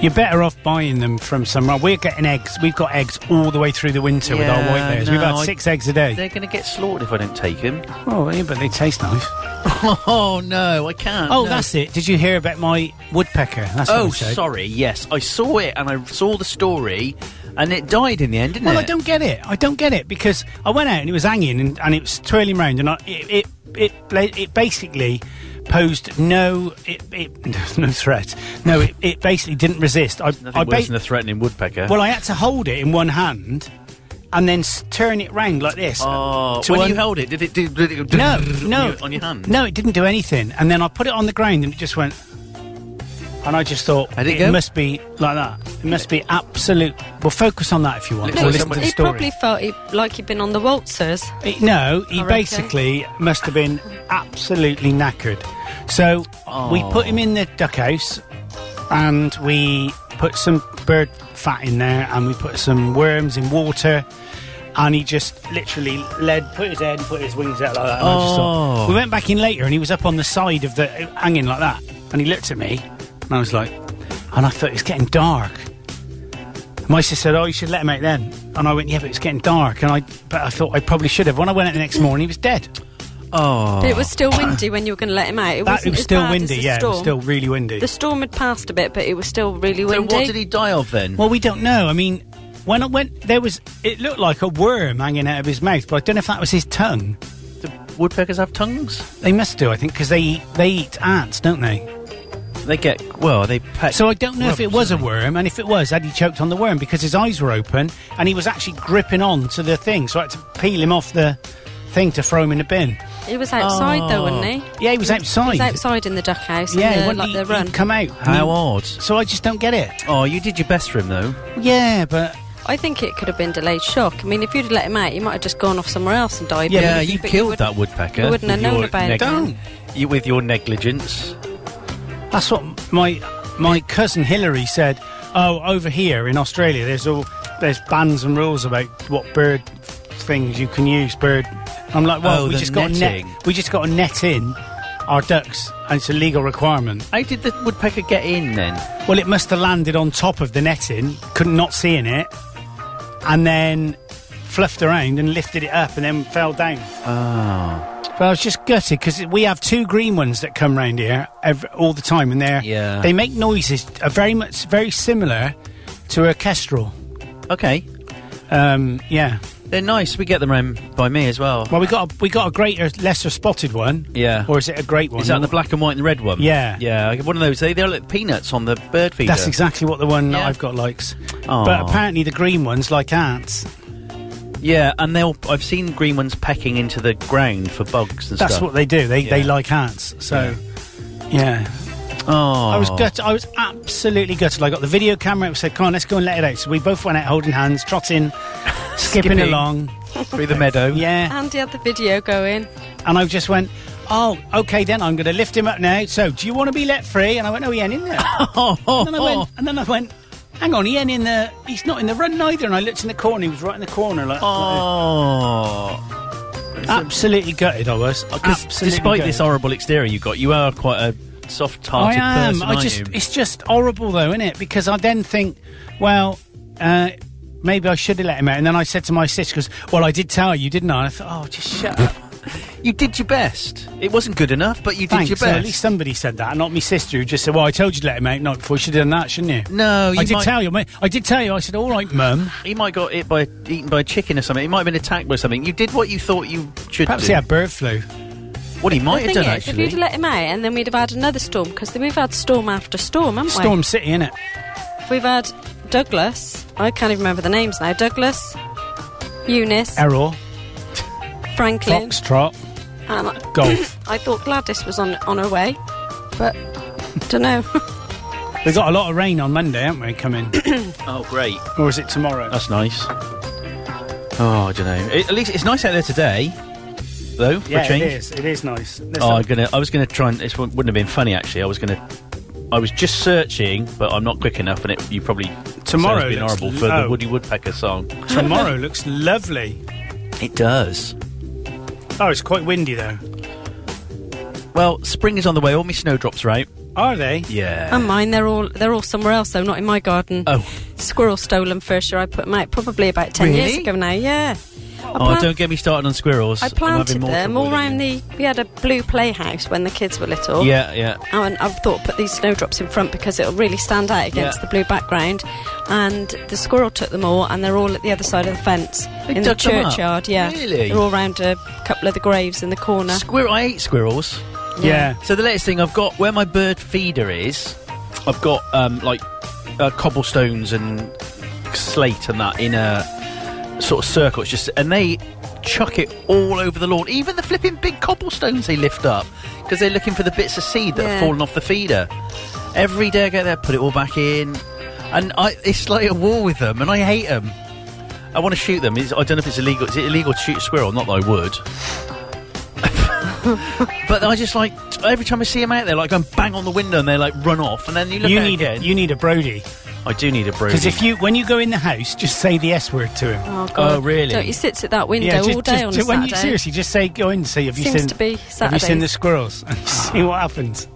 You're better off buying them from somewhere. We're getting eggs. We've got eggs all the way through the winter with our Yeah, white bears. We've no, had I- six eggs a day. They're going to get slaughtered if I don't take them. Oh, yeah, but they taste nice. [laughs] Oh no, I can't. Oh, no. that's it. Did you hear about my woodpecker? That's what I Oh, said. sorry. Yes, I saw it and I saw the story, and it died in the end, didn't Well, it? I don't get it. I don't get it because I went out and it was hanging and, and it was twirling round and I, it, it it bla- it basically posed no it, it [laughs] no threat. No, it, it basically didn't resist. I, Nothing I worse ba- than a threatening woodpecker. well, I had to hold it in one hand and then s- turn it round like this. Oh, to when you un- held it, did it do? Did it go [laughs] no, on no, your- on your hand? No, it didn't do anything. And then I put it on the ground and it just went. And I just thought How'd it go? must be like that. It must be absolute. Well, focus on that if you want. Looks or like listen to someone- the he story. probably felt he, like he'd been on the waltzers. He- no, he Are okay? basically must have been absolutely knackered. So we put him in the duck house and we put some bird fat in there and we put some worms in water and he just literally led, put his head and put his wings out like that. And I just thought, Oh. we went back in later and he was up on the side of the, hanging like that. And he looked at me and I was like, and I thought, it's getting dark. My sister said, "Oh, you should let him out then." And I went, "Yeah, but it's getting dark." And I, but I thought I probably should have. When I went out the next morning, he was dead. Oh, But it was still windy when you were going to let him out. It, That, wasn't it was as still bad as windy. the Yeah, it was storm. still really windy. The storm had passed a bit, but it was still really so windy. what did he die of then? Well, we don't know. I mean, when I went, there was it looked like a worm hanging out of his mouth, but I don't know if that was his tongue. Do woodpeckers have tongues? They must do, I think, because they eat, they eat ants, don't they? They get well. They peck. So I don't know if it grubs, was a don't they? worm, and if it was, had he choked on the worm because his eyes were open and he was actually gripping on to the thing, so I had to peel him off the thing to throw him in the bin. He was outside though, wasn't he? Oh. Yeah, he was outside. He was outside in the duck house. Yeah, Yeah, when like he- the he'd run. come out. I How mean, odd. So I just don't get it. Oh, you did your best for him though. Yeah, but I think it could have been delayed shock. I mean, if you'd have let him out, he might have just gone off somewhere else and died. Yeah, But you but killed wouldn't- that woodpecker. you wouldn't have with known your about it. Don't. You, with your negligence. that's what my my cousin Hillary said. Oh, over here in Australia, there's all there's bans and rules about what bird things you can use. Bird. I'm like, well, Oh, we the just got a net. netting. We just got a net in our ducks, and it's a legal requirement. How did the woodpecker get in then? Well, it must have landed on top of the netting, couldn't not seeing it, and then fluffed around and lifted it up and then fell down. Oh. Ah. But I was just gutted because we have two green ones that come round here ev all the time, and they're Yeah. they make noises uh, very much very similar to a kestrel. Okay. Um, yeah, They're nice. We get them round by me as well. Well, we got a, we got a greater, lesser spotted one. Yeah. Or is it a great one? Is that the black and white and red one? Yeah. Yeah, I get one of those. They, they're like peanuts on the bird feeder. That's exactly what the one that Yeah. I've got likes. Aw. But apparently the green ones like ants. Yeah, and they'll. I've seen green ones pecking into the ground for bugs and That's stuff. what they do. They they Yeah. like ants. So yeah. Oh. I was gutted. I was absolutely gutted. I got the video camera. We said, "Come on, let's go and let it out." So we both went out holding hands, trotting, skipping, Skipping. along. through the meadow. [laughs] Yeah, Andy had the video going. and I just went, "Oh, okay, then I'm going to lift him up now." So, do you want to be let free? And I went, "No, he ain't in [laughs] there." and then I went, and then I went, "Hang on, he ain't in the. He's not in the run neither." And I looked in the corner. He was right in the corner. Like, Oh. absolutely gutted. I was. Because Absolutely despite this gutted. horrible exterior you got, you are quite a I soft-hearted am. person. I aren't just. you? It's just horrible, though, isn't it? Because I then think, well, uh, maybe I should have let him out. And then I said to my sister, "Because well, I did tell you, didn't I?" And I thought, "Oh, just [laughs] shut up." you did your best. It wasn't good enough, but you did Thanks. your So best. at least somebody said that, not me sister, who just said, "Well, I told you to let him out night before. You should have done that, shouldn't you?" No, you I did might- tell you. mate. I did tell you. I said, "All right, mum." he might got it by eaten by a chicken or something. He might have been attacked by something. You did what you thought you should Perhaps do. he had bird flu. What he might the have thing done is, actually. if you'd let him out, and then we'd have had another storm because we've had storm after storm, haven't we? Storm City, innit? We've had Douglas. I can't even remember the names now. Douglas, Eunice, Error, Franklin, foxtrot, and I, [laughs] golf. I thought Gladys was on on her way, but don't [laughs] know. we got a lot of rain on Monday, haven't we? Coming, Oh, great. or is it tomorrow? That's nice. Oh, I don't know. at least it's nice out there today, though. for yeah, a change. it is. It is nice. Let's Oh, have- I'm gonna. I was gonna try and. This wouldn't have been funny actually. I was gonna. I was just searching, but I'm not quick enough, and it, you probably Tomorrow has been looks horrible for low. the Woody Woodpecker song. [laughs] tomorrow looks lovely. It does. Oh, it's quite windy though. Well, spring is on the way. All my snowdrops are out. Are they? Yeah. and mine, they're all they're all somewhere else though, not in my garden. oh, Squirrel stolen first year. I put them out probably about ten years Really? ago now. Yeah. I oh! plant- Don't get me started on squirrels. I I'm planted having more them trouble all with round it. the. We had a blue playhouse when the kids were little. Oh, Yeah, yeah. and I've thought put these snowdrops in front because it'll really stand out against Yeah. the blue background. And the squirrel took them all, and they're all at the other side of the fence They in the dug them up? churchyard. Yeah, Really? they're all round a couple of the graves in the corner. Squirrel. I hate squirrels. Yeah. So the latest thing I've got where my bird feeder is, I've got um, like uh, cobblestones and slate and that in a sort of circle. It's just and they chuck it all over the lawn, even the flipping big cobblestones they lift up because they're looking for the bits of seed that have Yeah. fallen off the feeder. Every day I go there, put it all back in, and I, it's like a war with them, and I hate them. I want to shoot them. It's, I don't know if it's illegal. Is it illegal to shoot a squirrel? Not that I would. [laughs] But I just like t- every time I see them out there, like go and bang on the window and they like run off, and then you look You at need it again. a, you need a Brody I do need a broom. because if you when you go in the house, just say the S word to him. Oh, God. Oh, really? Don't you sit at that window all day on a when Saturday? You, seriously, just say go in and see. Have you Seems seen? to be Have you seen Saturdays. the squirrels? [laughs] And see what happens.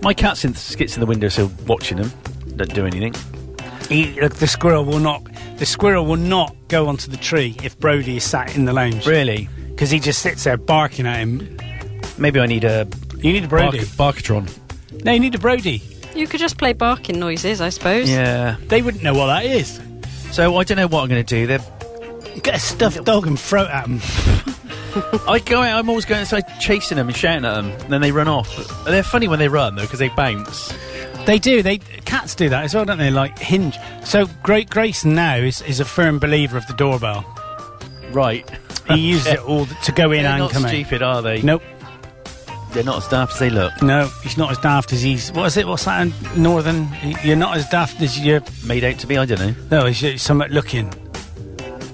my cat's in skits in the window, still watching them, don't do anything. He, look, the squirrel will not. The squirrel will not go onto the tree if Brody is sat in the lounge. Really? Because he just sits there barking at him. Maybe I need a You need a bark- Brody. barkatron. No, you need a Brody. You could just play barking noises, I suppose. Yeah. They wouldn't know what that is. So I don't know what I'm going to do. They're Get a stuffed dog and throw it at him. I go out, I'm always going inside chasing them and shouting at them, and then they run off. But they're funny when they run, though, because they bounce. They do. They cats do that as well, don't they? Like hinge. So great Grayson now is, is a firm believer of the doorbell. Right. [laughs] He uses it all th- to go in They're and not come stupid, are they? out. Nope. They're not as daft as they look. No, he's not as daft as he's. What is it? What's that? in Northern. You're not as daft as you're. Made out to be, I don't know. No, as you're somewhat looking.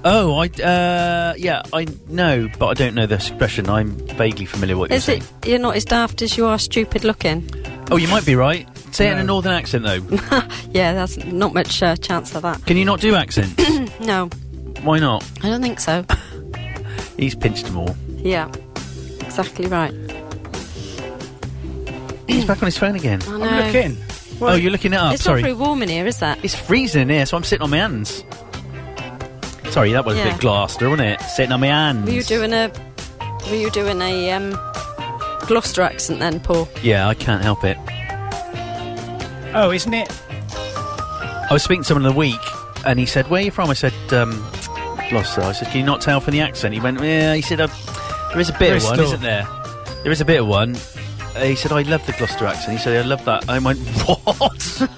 Oh, I uh, yeah, I know, but I don't know the expression. I'm vaguely familiar with what Is you're it you're not as daft as you are stupid looking? [laughs] saying. Oh, you might be right. Say it in a No. northern accent, though. Yeah, that's not much uh, chance of that. Can you not do accents? [coughs] No, Why not? I don't think so. He's pinched them all. yeah, exactly right. He's back on his phone again. I know. I'm looking. oh, you're looking it up. It's Sorry, not very warm in here, is that? it's freezing in here, so I'm sitting on my hands. Sorry, that was a Yeah. bit Gloucester, wasn't it? Sitting on my hands. Were you doing a Were you doing a um, Gloucester accent then, Paul? Yeah, I can't help it. Oh, isn't it? I was speaking to someone in the week, and he said, "Where are you from?" I said, um, lost her. I said, "Can you not tell from the accent?" He went, "Yeah." He said, uh, "There is a bit of Bristol. one, isn't there? There is a bit of one." Uh, he said, "I love the Gloucester accent." He said, "I love that." I went, [laughs] "What?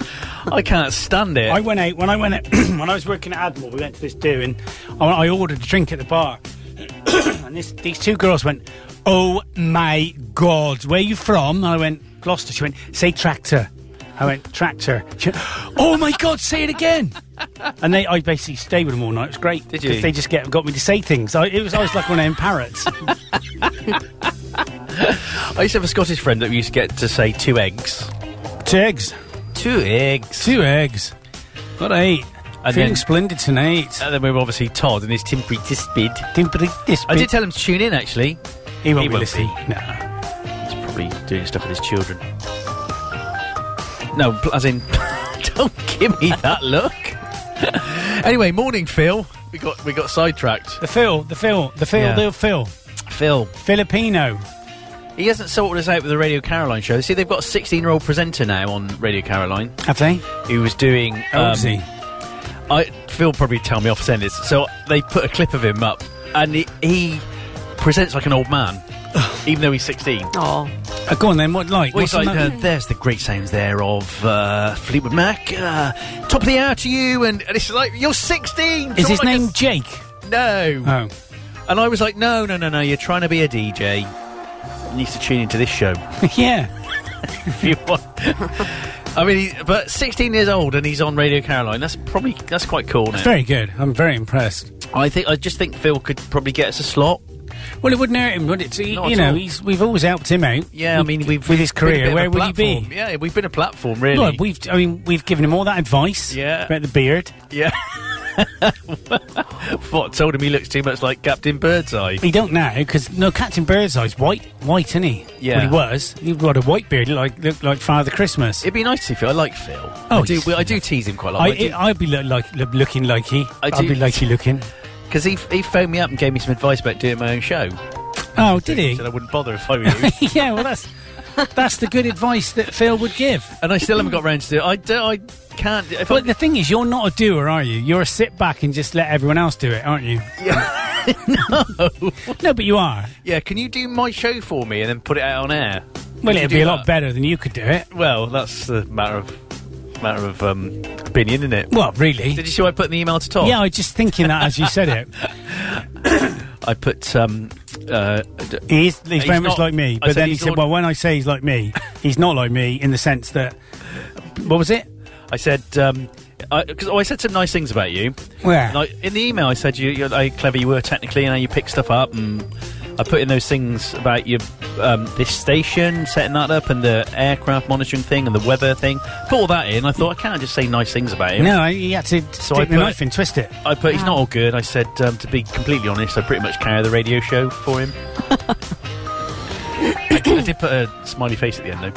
I can't stand it." I went out when I went out, [clears throat] when I was working at Admiral. We went to this do and I, I ordered a drink at the bar, [clears throat] and this, these two girls went, "Oh my god, where you from?" And I went Gloucester. She went, "Say tractor." I went tractor. She went, oh my god, say it again! [laughs] And they, I basically stayed with them all night. It was great. Did 'cause you? They just get got me to say things. I, it was I was like one of them parrots. I used to have a Scottish friend that we used to get to say two eggs. [laughs] two eggs, Two eggs. two eggs. Got to eat. And Feeling Uh, then- splendid tonight. And then we were obviously Todd and his Timpri Tispid. I I did tell him to tune in, actually. He won't he be won't listening. No. He's probably doing stuff with his children. No, pl- as in, [laughs] don't give me that look. anyway, morning, Phil. We got we got sidetracked. The Phil, the Phil, the Phil, Yeah. the Phil. Phil, Filipino. he hasn't sorted us out with the Radio Caroline show. See, they've got a 16-year-old presenter now on Radio Caroline Have they? who was doing. Um, um, I Phil probably tell me off saying this. So they put a clip of him up, and he, he presents like an old [sighs] man, even though he's 16. Oh, Uh, go on then, what like? Well, What's it's like, the uh, mo- there's the great sounds there of uh, Fleetwood Mac. Uh, top of the hour to you, and, and it's like you're 16. Is You're his like a name s- Jake? no? Oh. [laughs] And I was like, no, no, no, no. You're trying to be a DJ. You need to tune into this show [laughs] yeah. if you want. I mean, he, but 16 years old and he's on Radio Caroline. That's probably that's quite cool. Now. Very good. I'm very impressed. I think I just think Phil could probably get us a slot. Well, it wouldn't hurt him, would it? He- Not you at know, all. he's, we've always helped him out. Yeah, I mean, we've with his been a bit career, of where a would he platform. be? Yeah, we've been a platform really. Well, we've, I mean, we've given him all that advice. Yeah. About the beard. Yeah. [laughs] what told him he looks too much like Captain Birdseye? He don't now because no, Captain Birdseye's white, white, isn't he? Yeah. Well, he was. He got a white beard, looked like looked like Father Christmas. It'd be nice to see Phil. I like Phil. I Oh, do, he's- well, I do tease him quite a I, lot. I, I'd be look like look- looking like he. I would do- be like he looking. Because he, he phoned me up and gave me some advice about doing my own show. Oh, did he? [laughs] Said I wouldn't bother if I were [laughs] you. yeah, well, that's that's the good advice that Phil would give. and I still haven't got round to do it. I, do, I can't. do- If But I, the thing is, you're not a doer, are you? You're a sit back and just let everyone else do it, aren't you? Yeah. [laughs] no. No, but you are. yeah, can you do my show for me and then put it out on air? Well, Would you it'd do be a that? lot better than you could do it. Well, that's a matter of matter of um, opinion, isn't it? Well, really. Did you see what I put in the email to Tom? yeah, I was just thinking that as you said [laughs] it. I put um, uh, d- He is, he's, He's very much not- like me. I But said then he he's said, not- well, when I say he's like me, he's not like me in the sense that. What was it? I said um, I, cause, oh, I said some nice things about you. Where? And I, in the email, I said you, you're how clever you were technically, and how you pick stuff up. And I put in those things about your um, this station, setting that up, and the aircraft monitoring thing, and the weather thing. Put all that in. I thought I can't just say nice things about him. No, I- he had to I stick the put- knife in, twist it. I put he's not all good. I said um, to be completely honest, I pretty much carry the radio show for him. I, I did put a smiley face at the end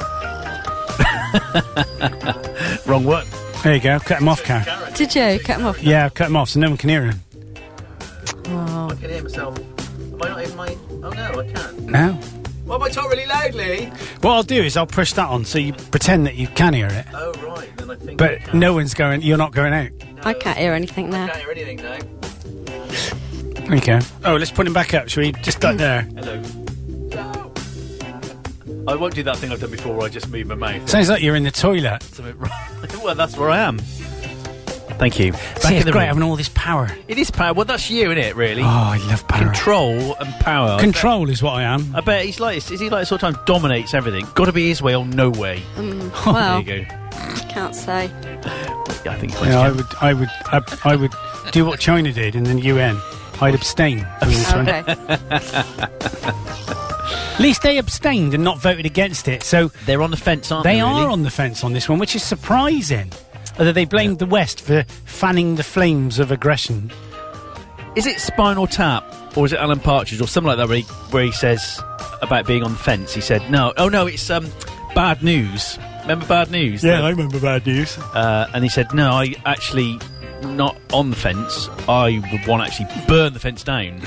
though. [laughs] Wrong one. There you go. Cut him off, Karen. did you cut him off? Yeah, cut him off so no one can hear him. Oh, I can hear myself. Am I not in my? Oh no, I can't. No. Why am I talking really loudly? What I'll do is I'll push that on so you pretend that you can hear it. Oh right, then I think. But no one's going, you're not going out. I can't hear anything now. hear anything now. There you go. Oh, let's put him back up, shall we? Just like there. Hello. I won't do that thing I've done before where I just move my mouth. Sounds like you're in the toilet. Something wrong. [laughs] well, that's where I am. Thank you. Back See, in it's the great room. having all this power. It is power. Well, that's you, isn't it? Really. Oh, I love power. Control and power. Control is what I am. I bet he's like. Is he like sort of time dominates everything? Got to be his way or no way. Well, There you go. can't say. Yeah, I think. You know, I would, I would, I, I would do what China did in the UN. I'd abstain. from this one. Okay. At least they abstained and not voted against it. So They're on the fence, aren't they? they are really? on the fence on this one, which is surprising. Although they blamed the West for fanning the flames of aggression. Is it Spinal Tap or is it Alan Partridge or something like that where he, where he says about being on the fence? He said, no, oh no, it's um, bad news. Remember bad news? remember bad news. Uh, and he said, no, I actually not on the fence. I would want to actually burn the fence down.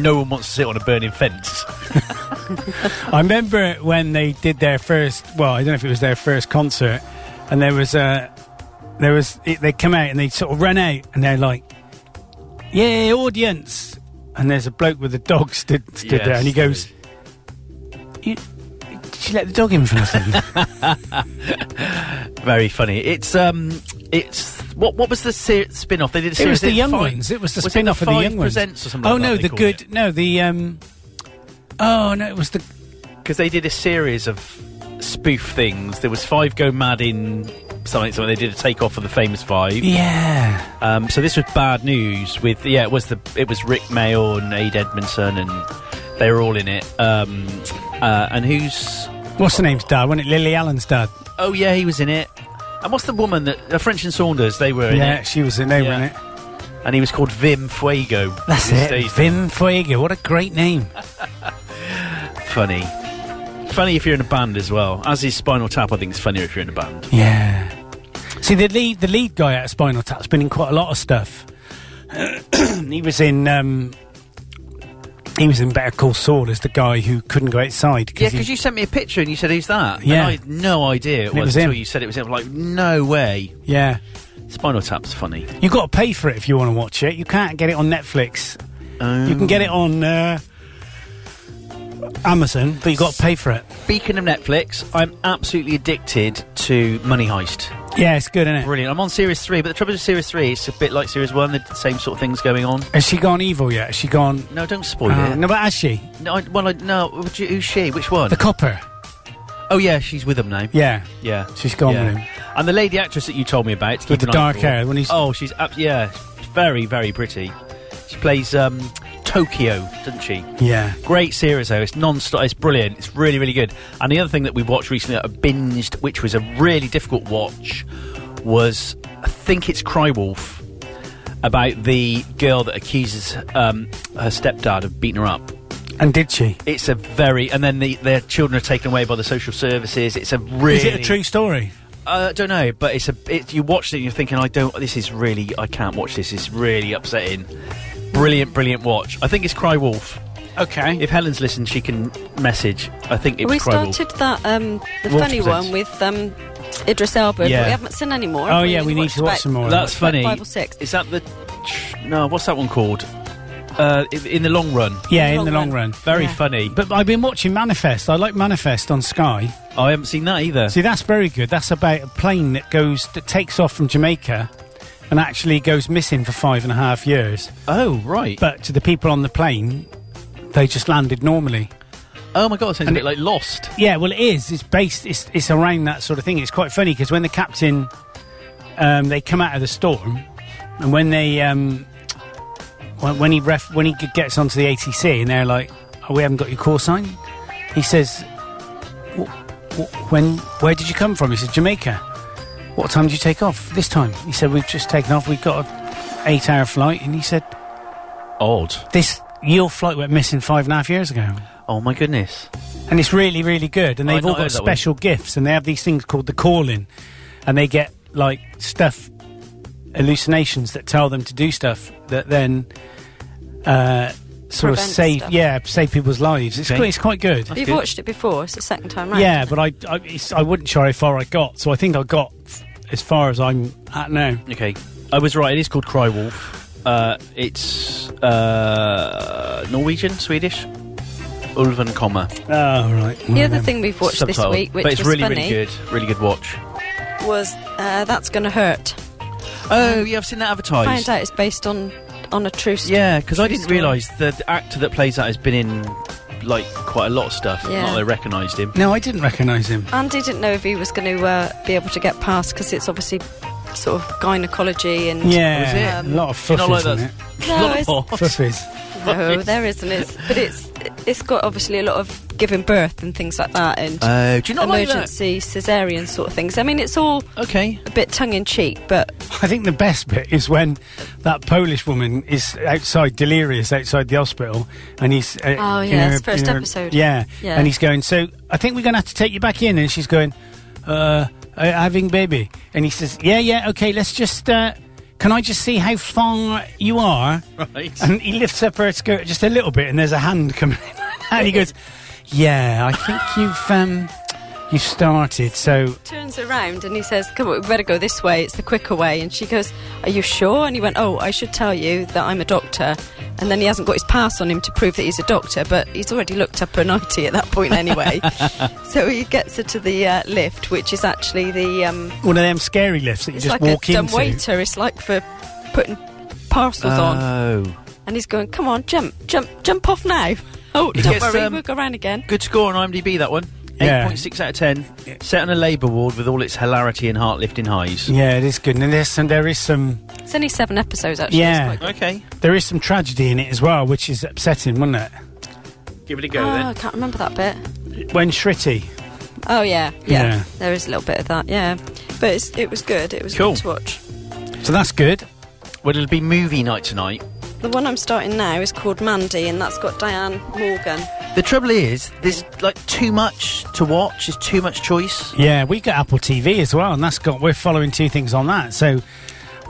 no one wants to sit on a burning fence. I remember when they did their first. Well, I don't know if it was their first concert, and there was a, there was it, they come out and they sort of run out and they're like, yeah, audience. And there's a bloke with a dog [laughs] stood, stood there, and he Yes, there goes, you, "Did you let the dog in for nothing?" [laughs] Very funny. It's um, it's what what was the ser- spin-off? They did a it series. was the they did young five- ones. It was the it spin off of the Five young ones. Presents or something. oh like that no, they the called good. No, the um. Oh no, it was the because they did a series of spoof things. There was five go mad in something. Something they did a takeoff of the famous five. yeah. Um, so this was bad news. With yeah, it was the it was Rick Mayor and Aid Edmondson, and they were all in it. Um, uh, and who's What's the name's dad? Wasn't it Lily Allen's dad? oh yeah, he was in it. And what's the woman that uh, French and Saunders? They were in Yeah, it, she was in. They were in Yeah. it. and he was called Vim Fuego. That's He it. stays Vin Fuego. What a great name. funny. Funny if you're in a band as well. As is Spinal Tap, I think it's funnier if you're in a band. Yeah. See, the lead, the lead guy out of Spinal Tap's been in quite a lot of stuff. [clears throat] he was in. Um, he was in Better Call Saul as the guy who couldn't go outside. Yeah, he- because you sent me a picture and you said, "Who's that?" And Yeah. I had no idea it And it was, was until him. you said it was him. I'm Like, no way. yeah. Spinal Tap's funny. You got to pay for it if you want to watch it. You can't get it on Netflix. You can get it on uh, Amazon, but you got to pay for it. Speaking of Netflix, I'm absolutely addicted to Money Heist. Yeah, it's good, isn't it? Brilliant. I'm on Series Three, but the trouble with Series Three, it's a bit like Series One. The same sort of things going on. Has she gone evil yet? Has she gone? No, don't spoil Uh, it. No, but has she? No, I, well, I, no. would you- Who's she? Which one? The copper? oh yeah, she's with him now. Yeah. Yeah, She's gone with him. And the lady actress that you told me about, to With keep an the eye dark for- hair, when he's- oh, she's ab- yeah, she's very very pretty. She plays um, Tokyo, doesn't she? Yeah. Great series though. It's non-stop. It's brilliant. It's really really good. And the other thing that we watched recently, that I binged, which was a really difficult watch, was I think it's Cry Wolf about the girl that accuses um, her stepdad of beating her up. And did she? It's a very and then the, their children are taken away by the social services. It's a really Is it a true story? I don't know, but it's a. It, you watched it and you're thinking, I don't. This is really. I can't watch this. It's really upsetting. Brilliant, brilliant watch. I think it's Cry Wolf. Okay. If Helen's listened, she can message. I think it was we Cry Wolf. started that um, the Wolf funny Presents. one with um, Idris Elba, Yeah. but we haven't seen any more. Oh have yeah, We've we need watched to watch about- some more. of That's that. funny. five or six. Is that the? No, what's that one called? Uh, in, in the long run. Yeah, in the long run. Very Yeah. funny. But But I've been watching Manifest. I like Manifest on Sky. I haven't seen that either. See, that's very good. That's about a plane that goes that takes off from Jamaica and actually goes missing for five and a half years. oh right. But to the people on the plane, they just landed normally. oh my god, it sounds a bit like Lost. Yeah, well, it is. It's based. It's it's around that sort of thing. It's quite funny because when the captain, um, they come out of the storm, and when they um, when, when he ref when he g- gets onto the ATC and they're like, oh, "We haven't got your call sign," he says, "Wh- wh- "When where did you come from?" He said, "Jamaica." What time did you take off? This time, he said, "We've just taken off. We've got an eight-hour flight," and he said, Odd. "This." Your flight went missing five and a half years ago. Oh my goodness. and it's really really good and Oh, they've I'd all not heard got that one. special gifts and they have these things called the calling and they get like stuff hallucinations that tell them to do stuff that then uh, sort of Prevent save stuff. yeah save people's lives it's, Okay. quite, it's quite good You've good. watched it before. It's the second time round. yeah but I, I, it's, I wasn't sure how far I got so I think I got f- as far as I'm at now Okay, I was right. It is called Cry Wolf. Uh, it's uh, Norwegian, Swedish, Ulven comma oh right The other thing we've watched subtitle. this week, which Mm-hmm. but it's was really, funny, really good. Really good watch. was uh, that's going to hurt. Oh yeah, I've seen that Find advertised. out it's based on on a true story. Yeah, because I didn't story. realise the the actor that plays that has been in like quite a lot of stuff. Yeah. Not that I recognised him. no I didn't recognise him Andy didn't know if he was going to uh, be able to get past because it's obviously sort of gynecology and yeah Um, a lot of You know, fluffies like in that. it No, it's- fluffies no, there isn't. It's, but it's it's got obviously a lot of giving birth and things like that and Uh, do you not like that? emergency cesarean sort of things. I mean, it's all Okay. a bit tongue in cheek, but I think the best bit is when that Polish woman is outside, delirious, outside the hospital, and he's. Uh, Oh, in yeah, her- it's first in her- episode. Yeah, Yeah. and he's going. So I think we're going to have to take you back in, and she's going, uh, uh, having baby, and he says, yeah, yeah, okay, let's just. Uh, can I just see how far you are? Right. And he lifts up her skirt just [laughs] a little bit, and there's a hand coming, in. and he goes, "Yeah, I think you've um, You started, so turns around and he says, Come on, we better go this way, it's the quicker way. And she goes, Are you sure? And he went, Oh, I should tell you that I'm a doctor. And then he hasn't got his pass on him to prove that he's a doctor, but he's already looked up an IT at that point [laughs] anyway. so he gets her to the uh, lift, which is actually the. Um, one of them scary lifts that you it's just like a walk dumb into. waiter, it's like for putting parcels on. Oh. And he's going, Come on, jump, jump, jump off now. [laughs] Oh, don't Yes, worry, um, we'll go round again. Good score on IMDb, that one. Yeah. 8.6 out of 10. Set on a Labour ward with all its hilarity and heart lifting highs. Yeah, it is good, and there's some, there is some It's only seven episodes, actually. it's Yeah. quite good. Okay. there is some tragedy in it as well, which is upsetting, wasn't it? Give it a go Oh, I can't remember that bit. When Shritty, Oh yeah, yeah, Yeah. There is a little bit of that, yeah. But it's, it was good. It was Cool. good to watch. so that's good. Well, it'll be movie night tonight. The one I'm starting now is called Mandy, and that's got Diane Morgan. The trouble is, there's like too much to watch, there's too much choice. Yeah, we got Apple TV as well, and that's got we're following two things on that. So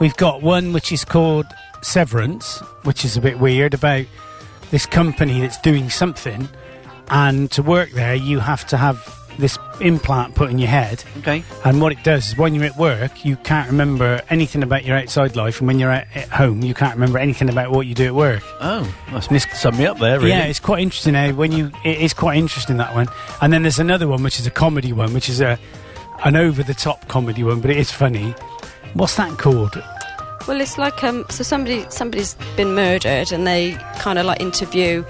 we've got one which is called Severance, which is a bit weird about this company that's doing something, and to work there you have to have this implant put in your head. Okay. And what it does is when you're at work, you can't remember anything about your outside life, and when you're at, at home, you can't remember anything about what you do at work. Oh, that's mis- sum me up there, really. Yeah, it's quite interesting. Eh? When you, it is quite interesting that one. And then there's another one which is a comedy one, which is a an over the top comedy one, but it is funny. What's that called? Well, it's like um, so somebody somebody's been murdered, and they kind of like interview.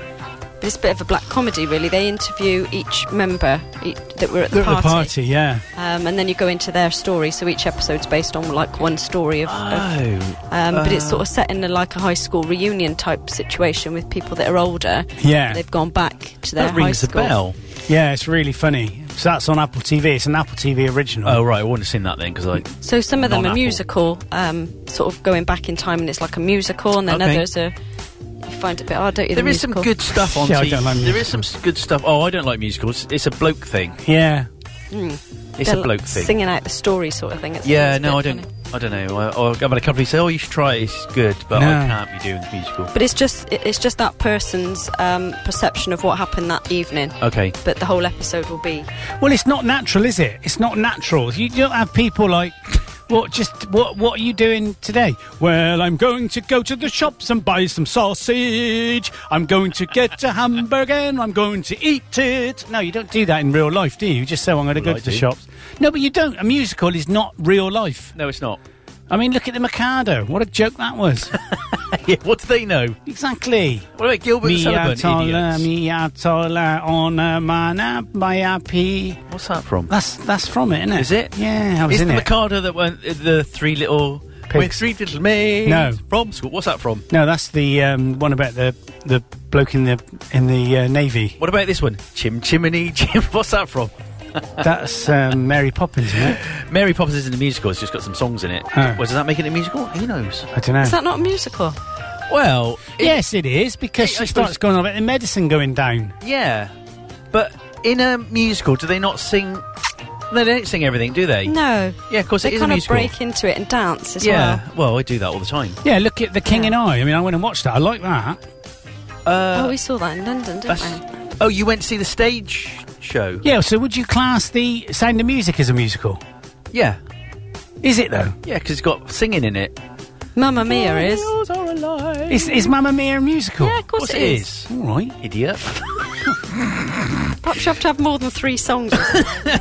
It's a bit of a black comedy, really. They interview each member each, that were at the They're at party, the party, yeah. Um, and then you go into their story. So each episode's based on like one story of, Ah, of Oh. Um, but it's sort of set in a, like a high school reunion type situation with people that are older. Yeah. they've gone back to their That high rings a school. bell. Yeah, it's really funny. So that's on Apple TV. It's an Apple TV original. Oh, right. I wouldn't have seen that then because I. So some of them are Non-Apple. musical, um, sort of going back in time, and it's like a musical, and then Okay. others are you find it a bit hard, don't you? the There is some musical? good stuff on Yeah, I TV. don't like there is some s- good stuff. Oh, I don't like musicals. It's a bloke thing. Yeah. It's They're a bloke like thing. singing out the story sort of thing. It's Yeah, it's a no, I bit don't. funny. I don't know. I, or I've had a couple who say, "Oh, you should try it. It's good," but No. I can't be doing the musical. But it's just it- it's just that person's um, perception of what happened that evening. Okay. But the whole episode will be Well, it's not natural, is it? It's not natural. You don't have people like, what? Just what? What are you doing today? Well, I'm going to go to the shops and buy some sausage. I'm going to get a hamburger and I'm going to eat it. No, you don't do that in real life, do you? You just say, "Well, I'm going to Well, go I to the do. shops. No, but you don't. A musical is not real life. No, it's not. [laughs] I mean, look at the Mikado. What a joke that was. [laughs] yeah, what do they know? exactly. [laughs] What about Gilbert and Mi Sullivan? atola, Idiots. mi atola on a mana, my happy. What's that from? That's that's from it, isn't it? Is it? Yeah, I was Is in the it. Mikado that went uh, the three little? We're Pigs. three little maids. No. From school. What's that from? No, that's the um, one about the the bloke in the in the uh, navy. What about this one? Chim [laughs] chimney chim. What's that from? That's um, Mary Poppins, isn't it? Mary Poppins isn't a musical. It's just got some songs in it. Oh. Well, does that make it a musical? Who knows? I don't know. is that not a [laughs] musical? Well, yes, it is I- because she I starts suppose- going on about the medicine going down. yeah, but in a musical, do they not sing? No, they don't sing everything, do they? No. Yeah, of course They it is a kind of musical. break into it and dance as well. yeah. Well. I do that all the time. Yeah, look at the King and I. I mean, I went and watched that. I like that. oh, we saw that in London, didn't uh, That's- we? oh, you went to see the stage show? Yeah. So, would you class the Sound of Music as a musical? Yeah. Is it though? Yeah, because it's got singing in it. Mamma Mia is. Yours are alive. Is is Mamma Mia a musical? Yeah, of course, Of course it is. All right. Idiot. Perhaps you have to have more than three [laughs] songs. or something.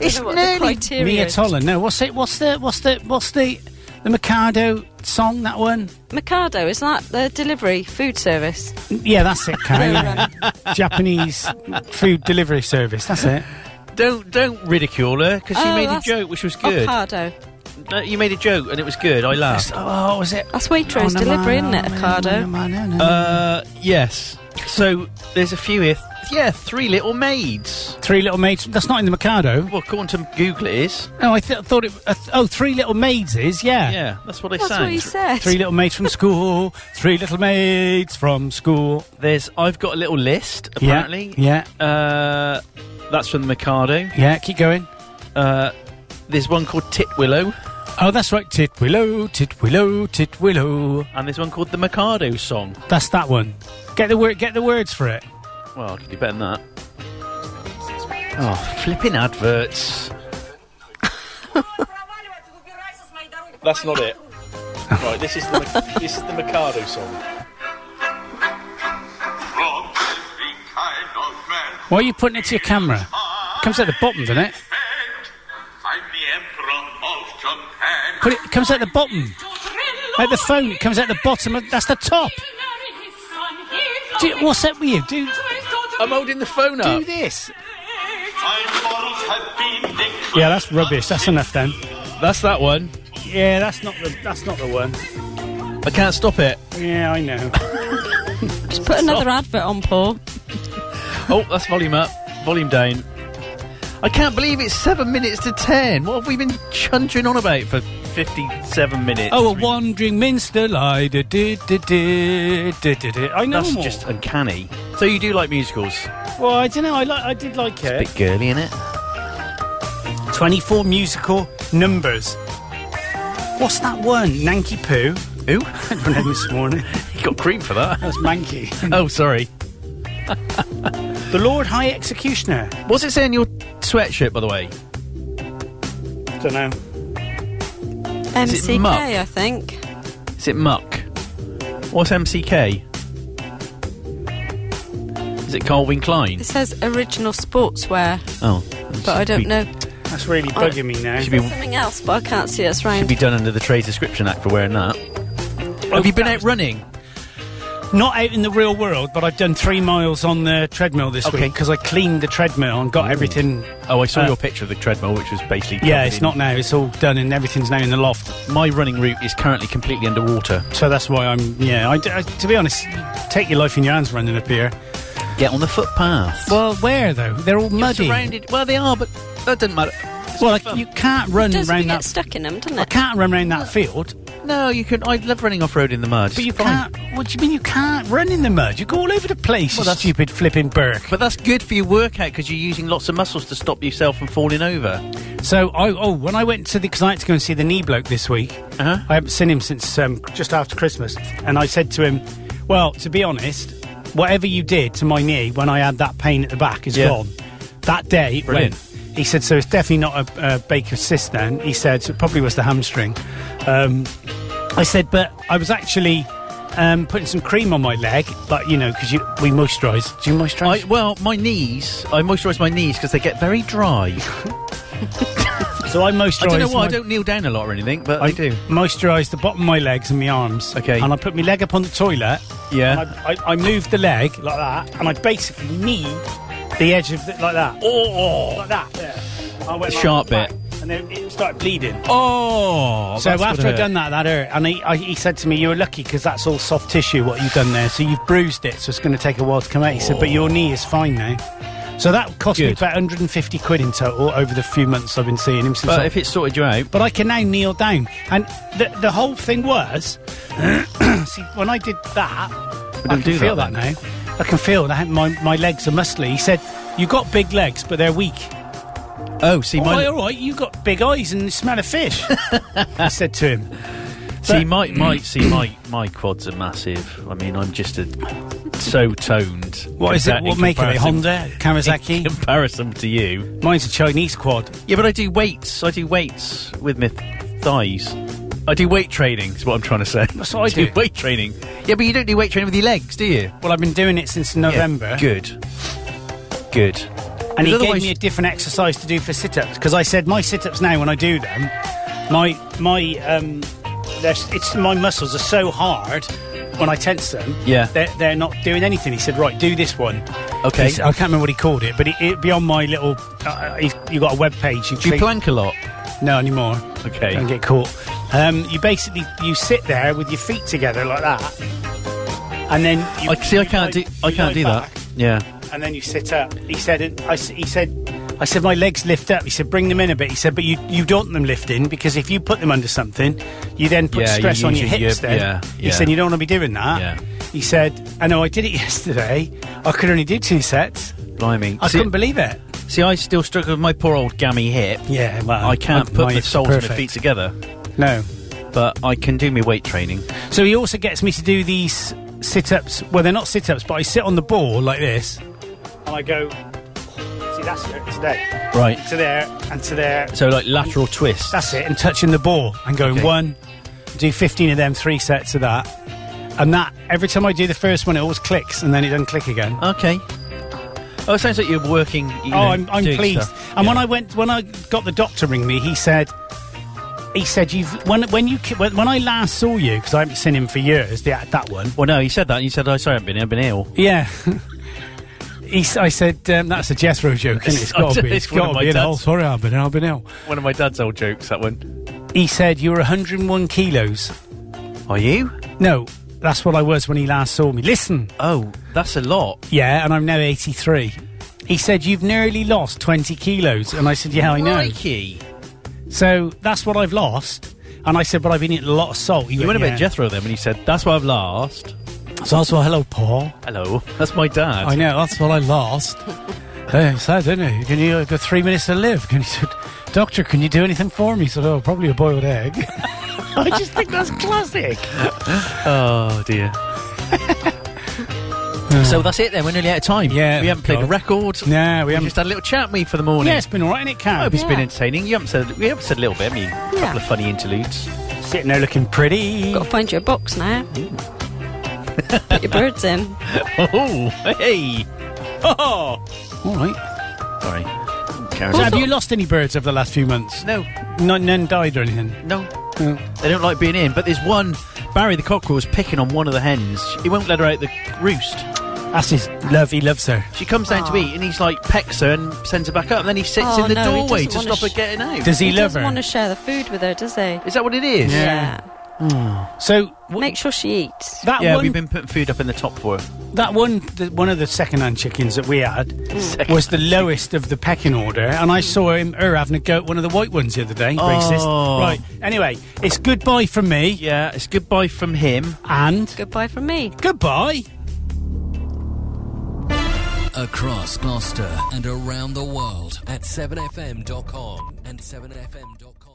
It's I don't know what the nearly criteria Mia is. Toller. No. What's it? What's the? What's the? What's the? The Mikado song. That one. Mikado, is that the delivery food service? Yeah, that's it. Oh, Karen, [laughs] yeah. Japanese food delivery service. That's it. Don't don't ridicule her because she Oh, made a that's- joke which was good. Ocado. No, you made a joke and it was good. I laughed. Oh, was it? That's Waitrose no, delivery, no, isn't it, no, Ocado? no, no, no, no. Uh, yes. So there's a few here. yeah, three little maids. Three Little Maids. That's not in the Mikado. Well, according to Google, it is. No, I th- thought it. Uh, th- oh, Three Little Maids is yeah. Yeah, that's what I That's sang. what he said. Three Little Maids from [laughs] school. Three Little Maids from school. There's. I've got a little list. Apparently. Yeah. Uh, that's from the Mikado. Yeah. Keep going. Uh, there's one called Tit Willow, Oh, that's right. Tit willow, tit willow, tit willow. and there's one called the Mikado song. That's that one. Get the word. Get the words for it. Oh. Well, I could do better than that. Oh, flipping [laughs] adverts. That's not it. right, this is the Mi- this is the Mikado song. Why are you putting it to your camera? Comes at the bottom, doesn't it? Put it, it comes at the bottom. At the phone, it comes at the bottom. Of, that's the top. Do you- what's up with you, dude? I'm holding the phone up. Do this. Yeah, that's rubbish. That's enough then. That's that one. Yeah, that's not the that's not the one. I can't stop it. Yeah, I know. Just put another advert on, Paul. Oh, that's volume up, volume down. I can't believe it's seven minutes to ten. What have we been chuntering on about for fifty-seven minutes? oh, a wandering minster lie. da- da- da- da- da- da- da. I know that's them all. just uncanny. So you do like musicals? Well, I don't know. I like. I did like it. Bit girly, innit? 24 musical numbers. What's that one? Nanky Poo? Who? [laughs] I don't know this morning. You got cream for that? That's Manky. [laughs] oh, sorry. the Lord High Executioner. What's it saying? Your sweatshirt, by the way. Don't know. Is it MCK, Muck? I think. Is it muck? What's MCK? Is it Calvin Klein? It says original sportswear, Oh, but I don't know. That's really Oh. bugging me now. Should be Something else, but I can't see it. It's round. should be done under the Trade Description Act for wearing that. have you been out running? Not out in the real world, but I've done three miles on the treadmill this Okay. week because I cleaned the treadmill and got everything. Oh, I saw Uh, your picture of the treadmill, which was basically Yeah, covered it's in- not now. It's all done and everything's now in the loft. My running route is currently completely underwater. So that's why I'm. Yeah, I d I to be honest, you take your life in your hands running up here. Get on the footpath. Well, where though? They're all muddy. surrounded. Well, they are, but that doesn't matter. Well, like, you can't run Does we around get that. stuck in them, doesn't I it? can't run around that field. No, you can. I love running off road in the mud. But you It's fine. can't. What do you mean you can't run in the mud? You go all over the place. Well, you that's- stupid flipping Burke. But that's good for your workout because you're using lots of muscles to stop yourself from falling over. So I oh when I went to the because I had to go and see the knee bloke this week. Uh-huh. I haven't seen him since um, just after Christmas, and I said to him, "Well, to be honest, whatever you did to my knee when I had that pain at the back is Yeah. gone. That day, it Brilliant. went." He said, "So it's definitely not a, a Baker cyst then." He said, so "It probably was the hamstring." Um, I said, "But I was actually." Um, putting some cream on my leg, but you know, because we moisturise. Do you moisturise? I, well, my knees. I moisturise my knees because they get very dry. So I moisturise. [laughs] I don't know why. I my- don't kneel down a lot or anything, but I I do. moisturise the bottom of my legs and my arms. Okay. And I put my leg up on the toilet. Yeah. And I, I, I move the leg like that, and I basically need the edge of the, like that. Oh, Like that. Yeah. I The went like sharp that, bit. And then it started bleeding. oh. so after I'd done that, that hurt. And he, I, he said to me, You were lucky because that's all soft tissue, what you've done there. So you've bruised it, so it's going to take a while to come out. He said, But your knee is fine now. So that cost me Good. about 150 quid in total over the few months I've been seeing him. Since I- but if it sorted you out, but I can now kneel down. And the, the whole thing was, [coughs] see, when I did that, I can do that feel that, then. now. I can feel that my, my legs are muscly. He said, you got big legs, but they're weak. oh, see Oh, my all right, you got big eyes and smell of fish. [laughs] I said to him, See, my, my, see, my, my quads are massive. I mean, I'm just a, so toned. what is it? Compar- What in make are they? comparison- Honda? In [laughs] Kawasaki? comparison to you. Mine's a Chinese quad. Yeah, but I do weights. I do weights with my th- thighs. I do weight training, is what I'm trying to say. That's what [laughs] I do. weight training. Yeah, but you don't do weight training with your legs, do you? Well, I've been doing it since November. Yeah, good. Good. And he Because gave otherwise- me a different exercise to do for sit-ups because I said my sit-ups now when I do them, my my um, they're s- it's my muscles are so hard when I tense them. Yeah. they're, they're not doing anything. He said, right, do this one. Okay. He's- I can't remember what he called it, but it, it'd be on my little. Uh, he's- you got a web page. You, Do you click- plank a lot? No anymore. Okay. Don't get caught. Um, you basically you sit there with your feet together like that, and then you, I see. I you can't do. lie- I you can't lie do back that. Yeah. and then you sit up. He said, and I s he said, I said, my legs lift up. He said, bring them in a bit. He said, but you, you don't want them lifting because if you put them under something, you then put Yeah, you stress on your usually- hips yeah, then. yeah, He yeah. said, you don't want to be doing that. Yeah. He said, I know I did it [laughs] yesterday. I could only do two sets. Blimey. I see, couldn't believe it. see, I still struggle with my poor old gammy hip. Yeah, well, I can't Uh, my- put my my hips are soles and my perfect. feet together, No. but I can do my weight training. So he also gets me to do these sit ups. Well, they're not sit ups, but I sit on the ball like this and I go, see, That's it, to there. Right. To there, and to there. So like lateral twist. That's it, and touching the ball and going Okay. one, do 15 of them, three sets of that. And that, every time I do the first one, it always clicks, and then it doesn't click again. Okay. Oh, it sounds like you're working. You know, oh, I'm, I'm doing pleased. stuff. And when I went, when I got the doctor ring me, he said, he said, you've, when, when you, ki- when, when I last saw you, because I haven't seen him for years, the, that one. Well, no, you said that. and You said, "Oh, sorry, I've been, I've been ill." Yeah. [laughs] He, s- I said, um, that's a Jethro joke, [laughs] isn't it? It's got to be. It's It's one of got to my be. an dad's. old- Sorry, I've been, I've been ill. One of my dad's old jokes. That one. He said, you were 101 kilos. Are you? No, that's what I was when he last saw me. Listen. Oh, that's a lot. Yeah, and I'm now 83. He said, You've nearly lost 20 kilos. And I said, Yeah, I know. Crikey. So that's what I've lost. And I said, But I've been eating a lot of salt. He You went a yeah. bit Jethro then when you said, "That's what I've lost." So that's what, hello, Paul. Hello, that's my dad. I know, that's what I [laughs] lost. Hey, sad, didn't it? Can you, I've got three minutes to live. Can you, [laughs] said, Doctor, can you do anything for me? He said, Oh, probably a boiled egg. [laughs] I just think that's classic. Oh dear. [laughs] so that's it then. We're nearly out of time. Yeah, we haven't played a God. record. No, we we haven't. just had a little chat me for the morning. yeah, it's been all right, and it I can. hope it's been Yeah. entertaining. You haven't said we haven't said a little bit. I mean, a couple of funny interludes. [laughs] Sitting there looking pretty. Got to find you a box now. Put your birds [laughs] in. Oh, hey. Oh. All right. Sorry. So Karen. have you lost any birds over the last few months? No, None, none died or anything? no. They don't like being in, but there's one. Barry the cockerel's picking on one of the hens. He won't let her out the roost. That's his love. He loves her. She comes down to eat, and he's like pecks her and sends her back up. And then he sits Oh, in the no, he doorway to doesn't stop wanna her sh- getting out. Does he, love doesn't her? want to share the food with her, does he? Is that what it is? Yeah. so w- Make sure she eats. that Yeah, one, we've been putting food up in the top for her. that one, the, one of the second-hand chickens that we had was the lowest of the pecking order, and I saw him her having a go at one of the white ones the other day. Oh. Racist, right? Anyway, it's goodbye from me Yeah, it's goodbye from him. and Goodbye from me. goodbye. Across Gloucester and around the world at 7fm.com and 7fm.com.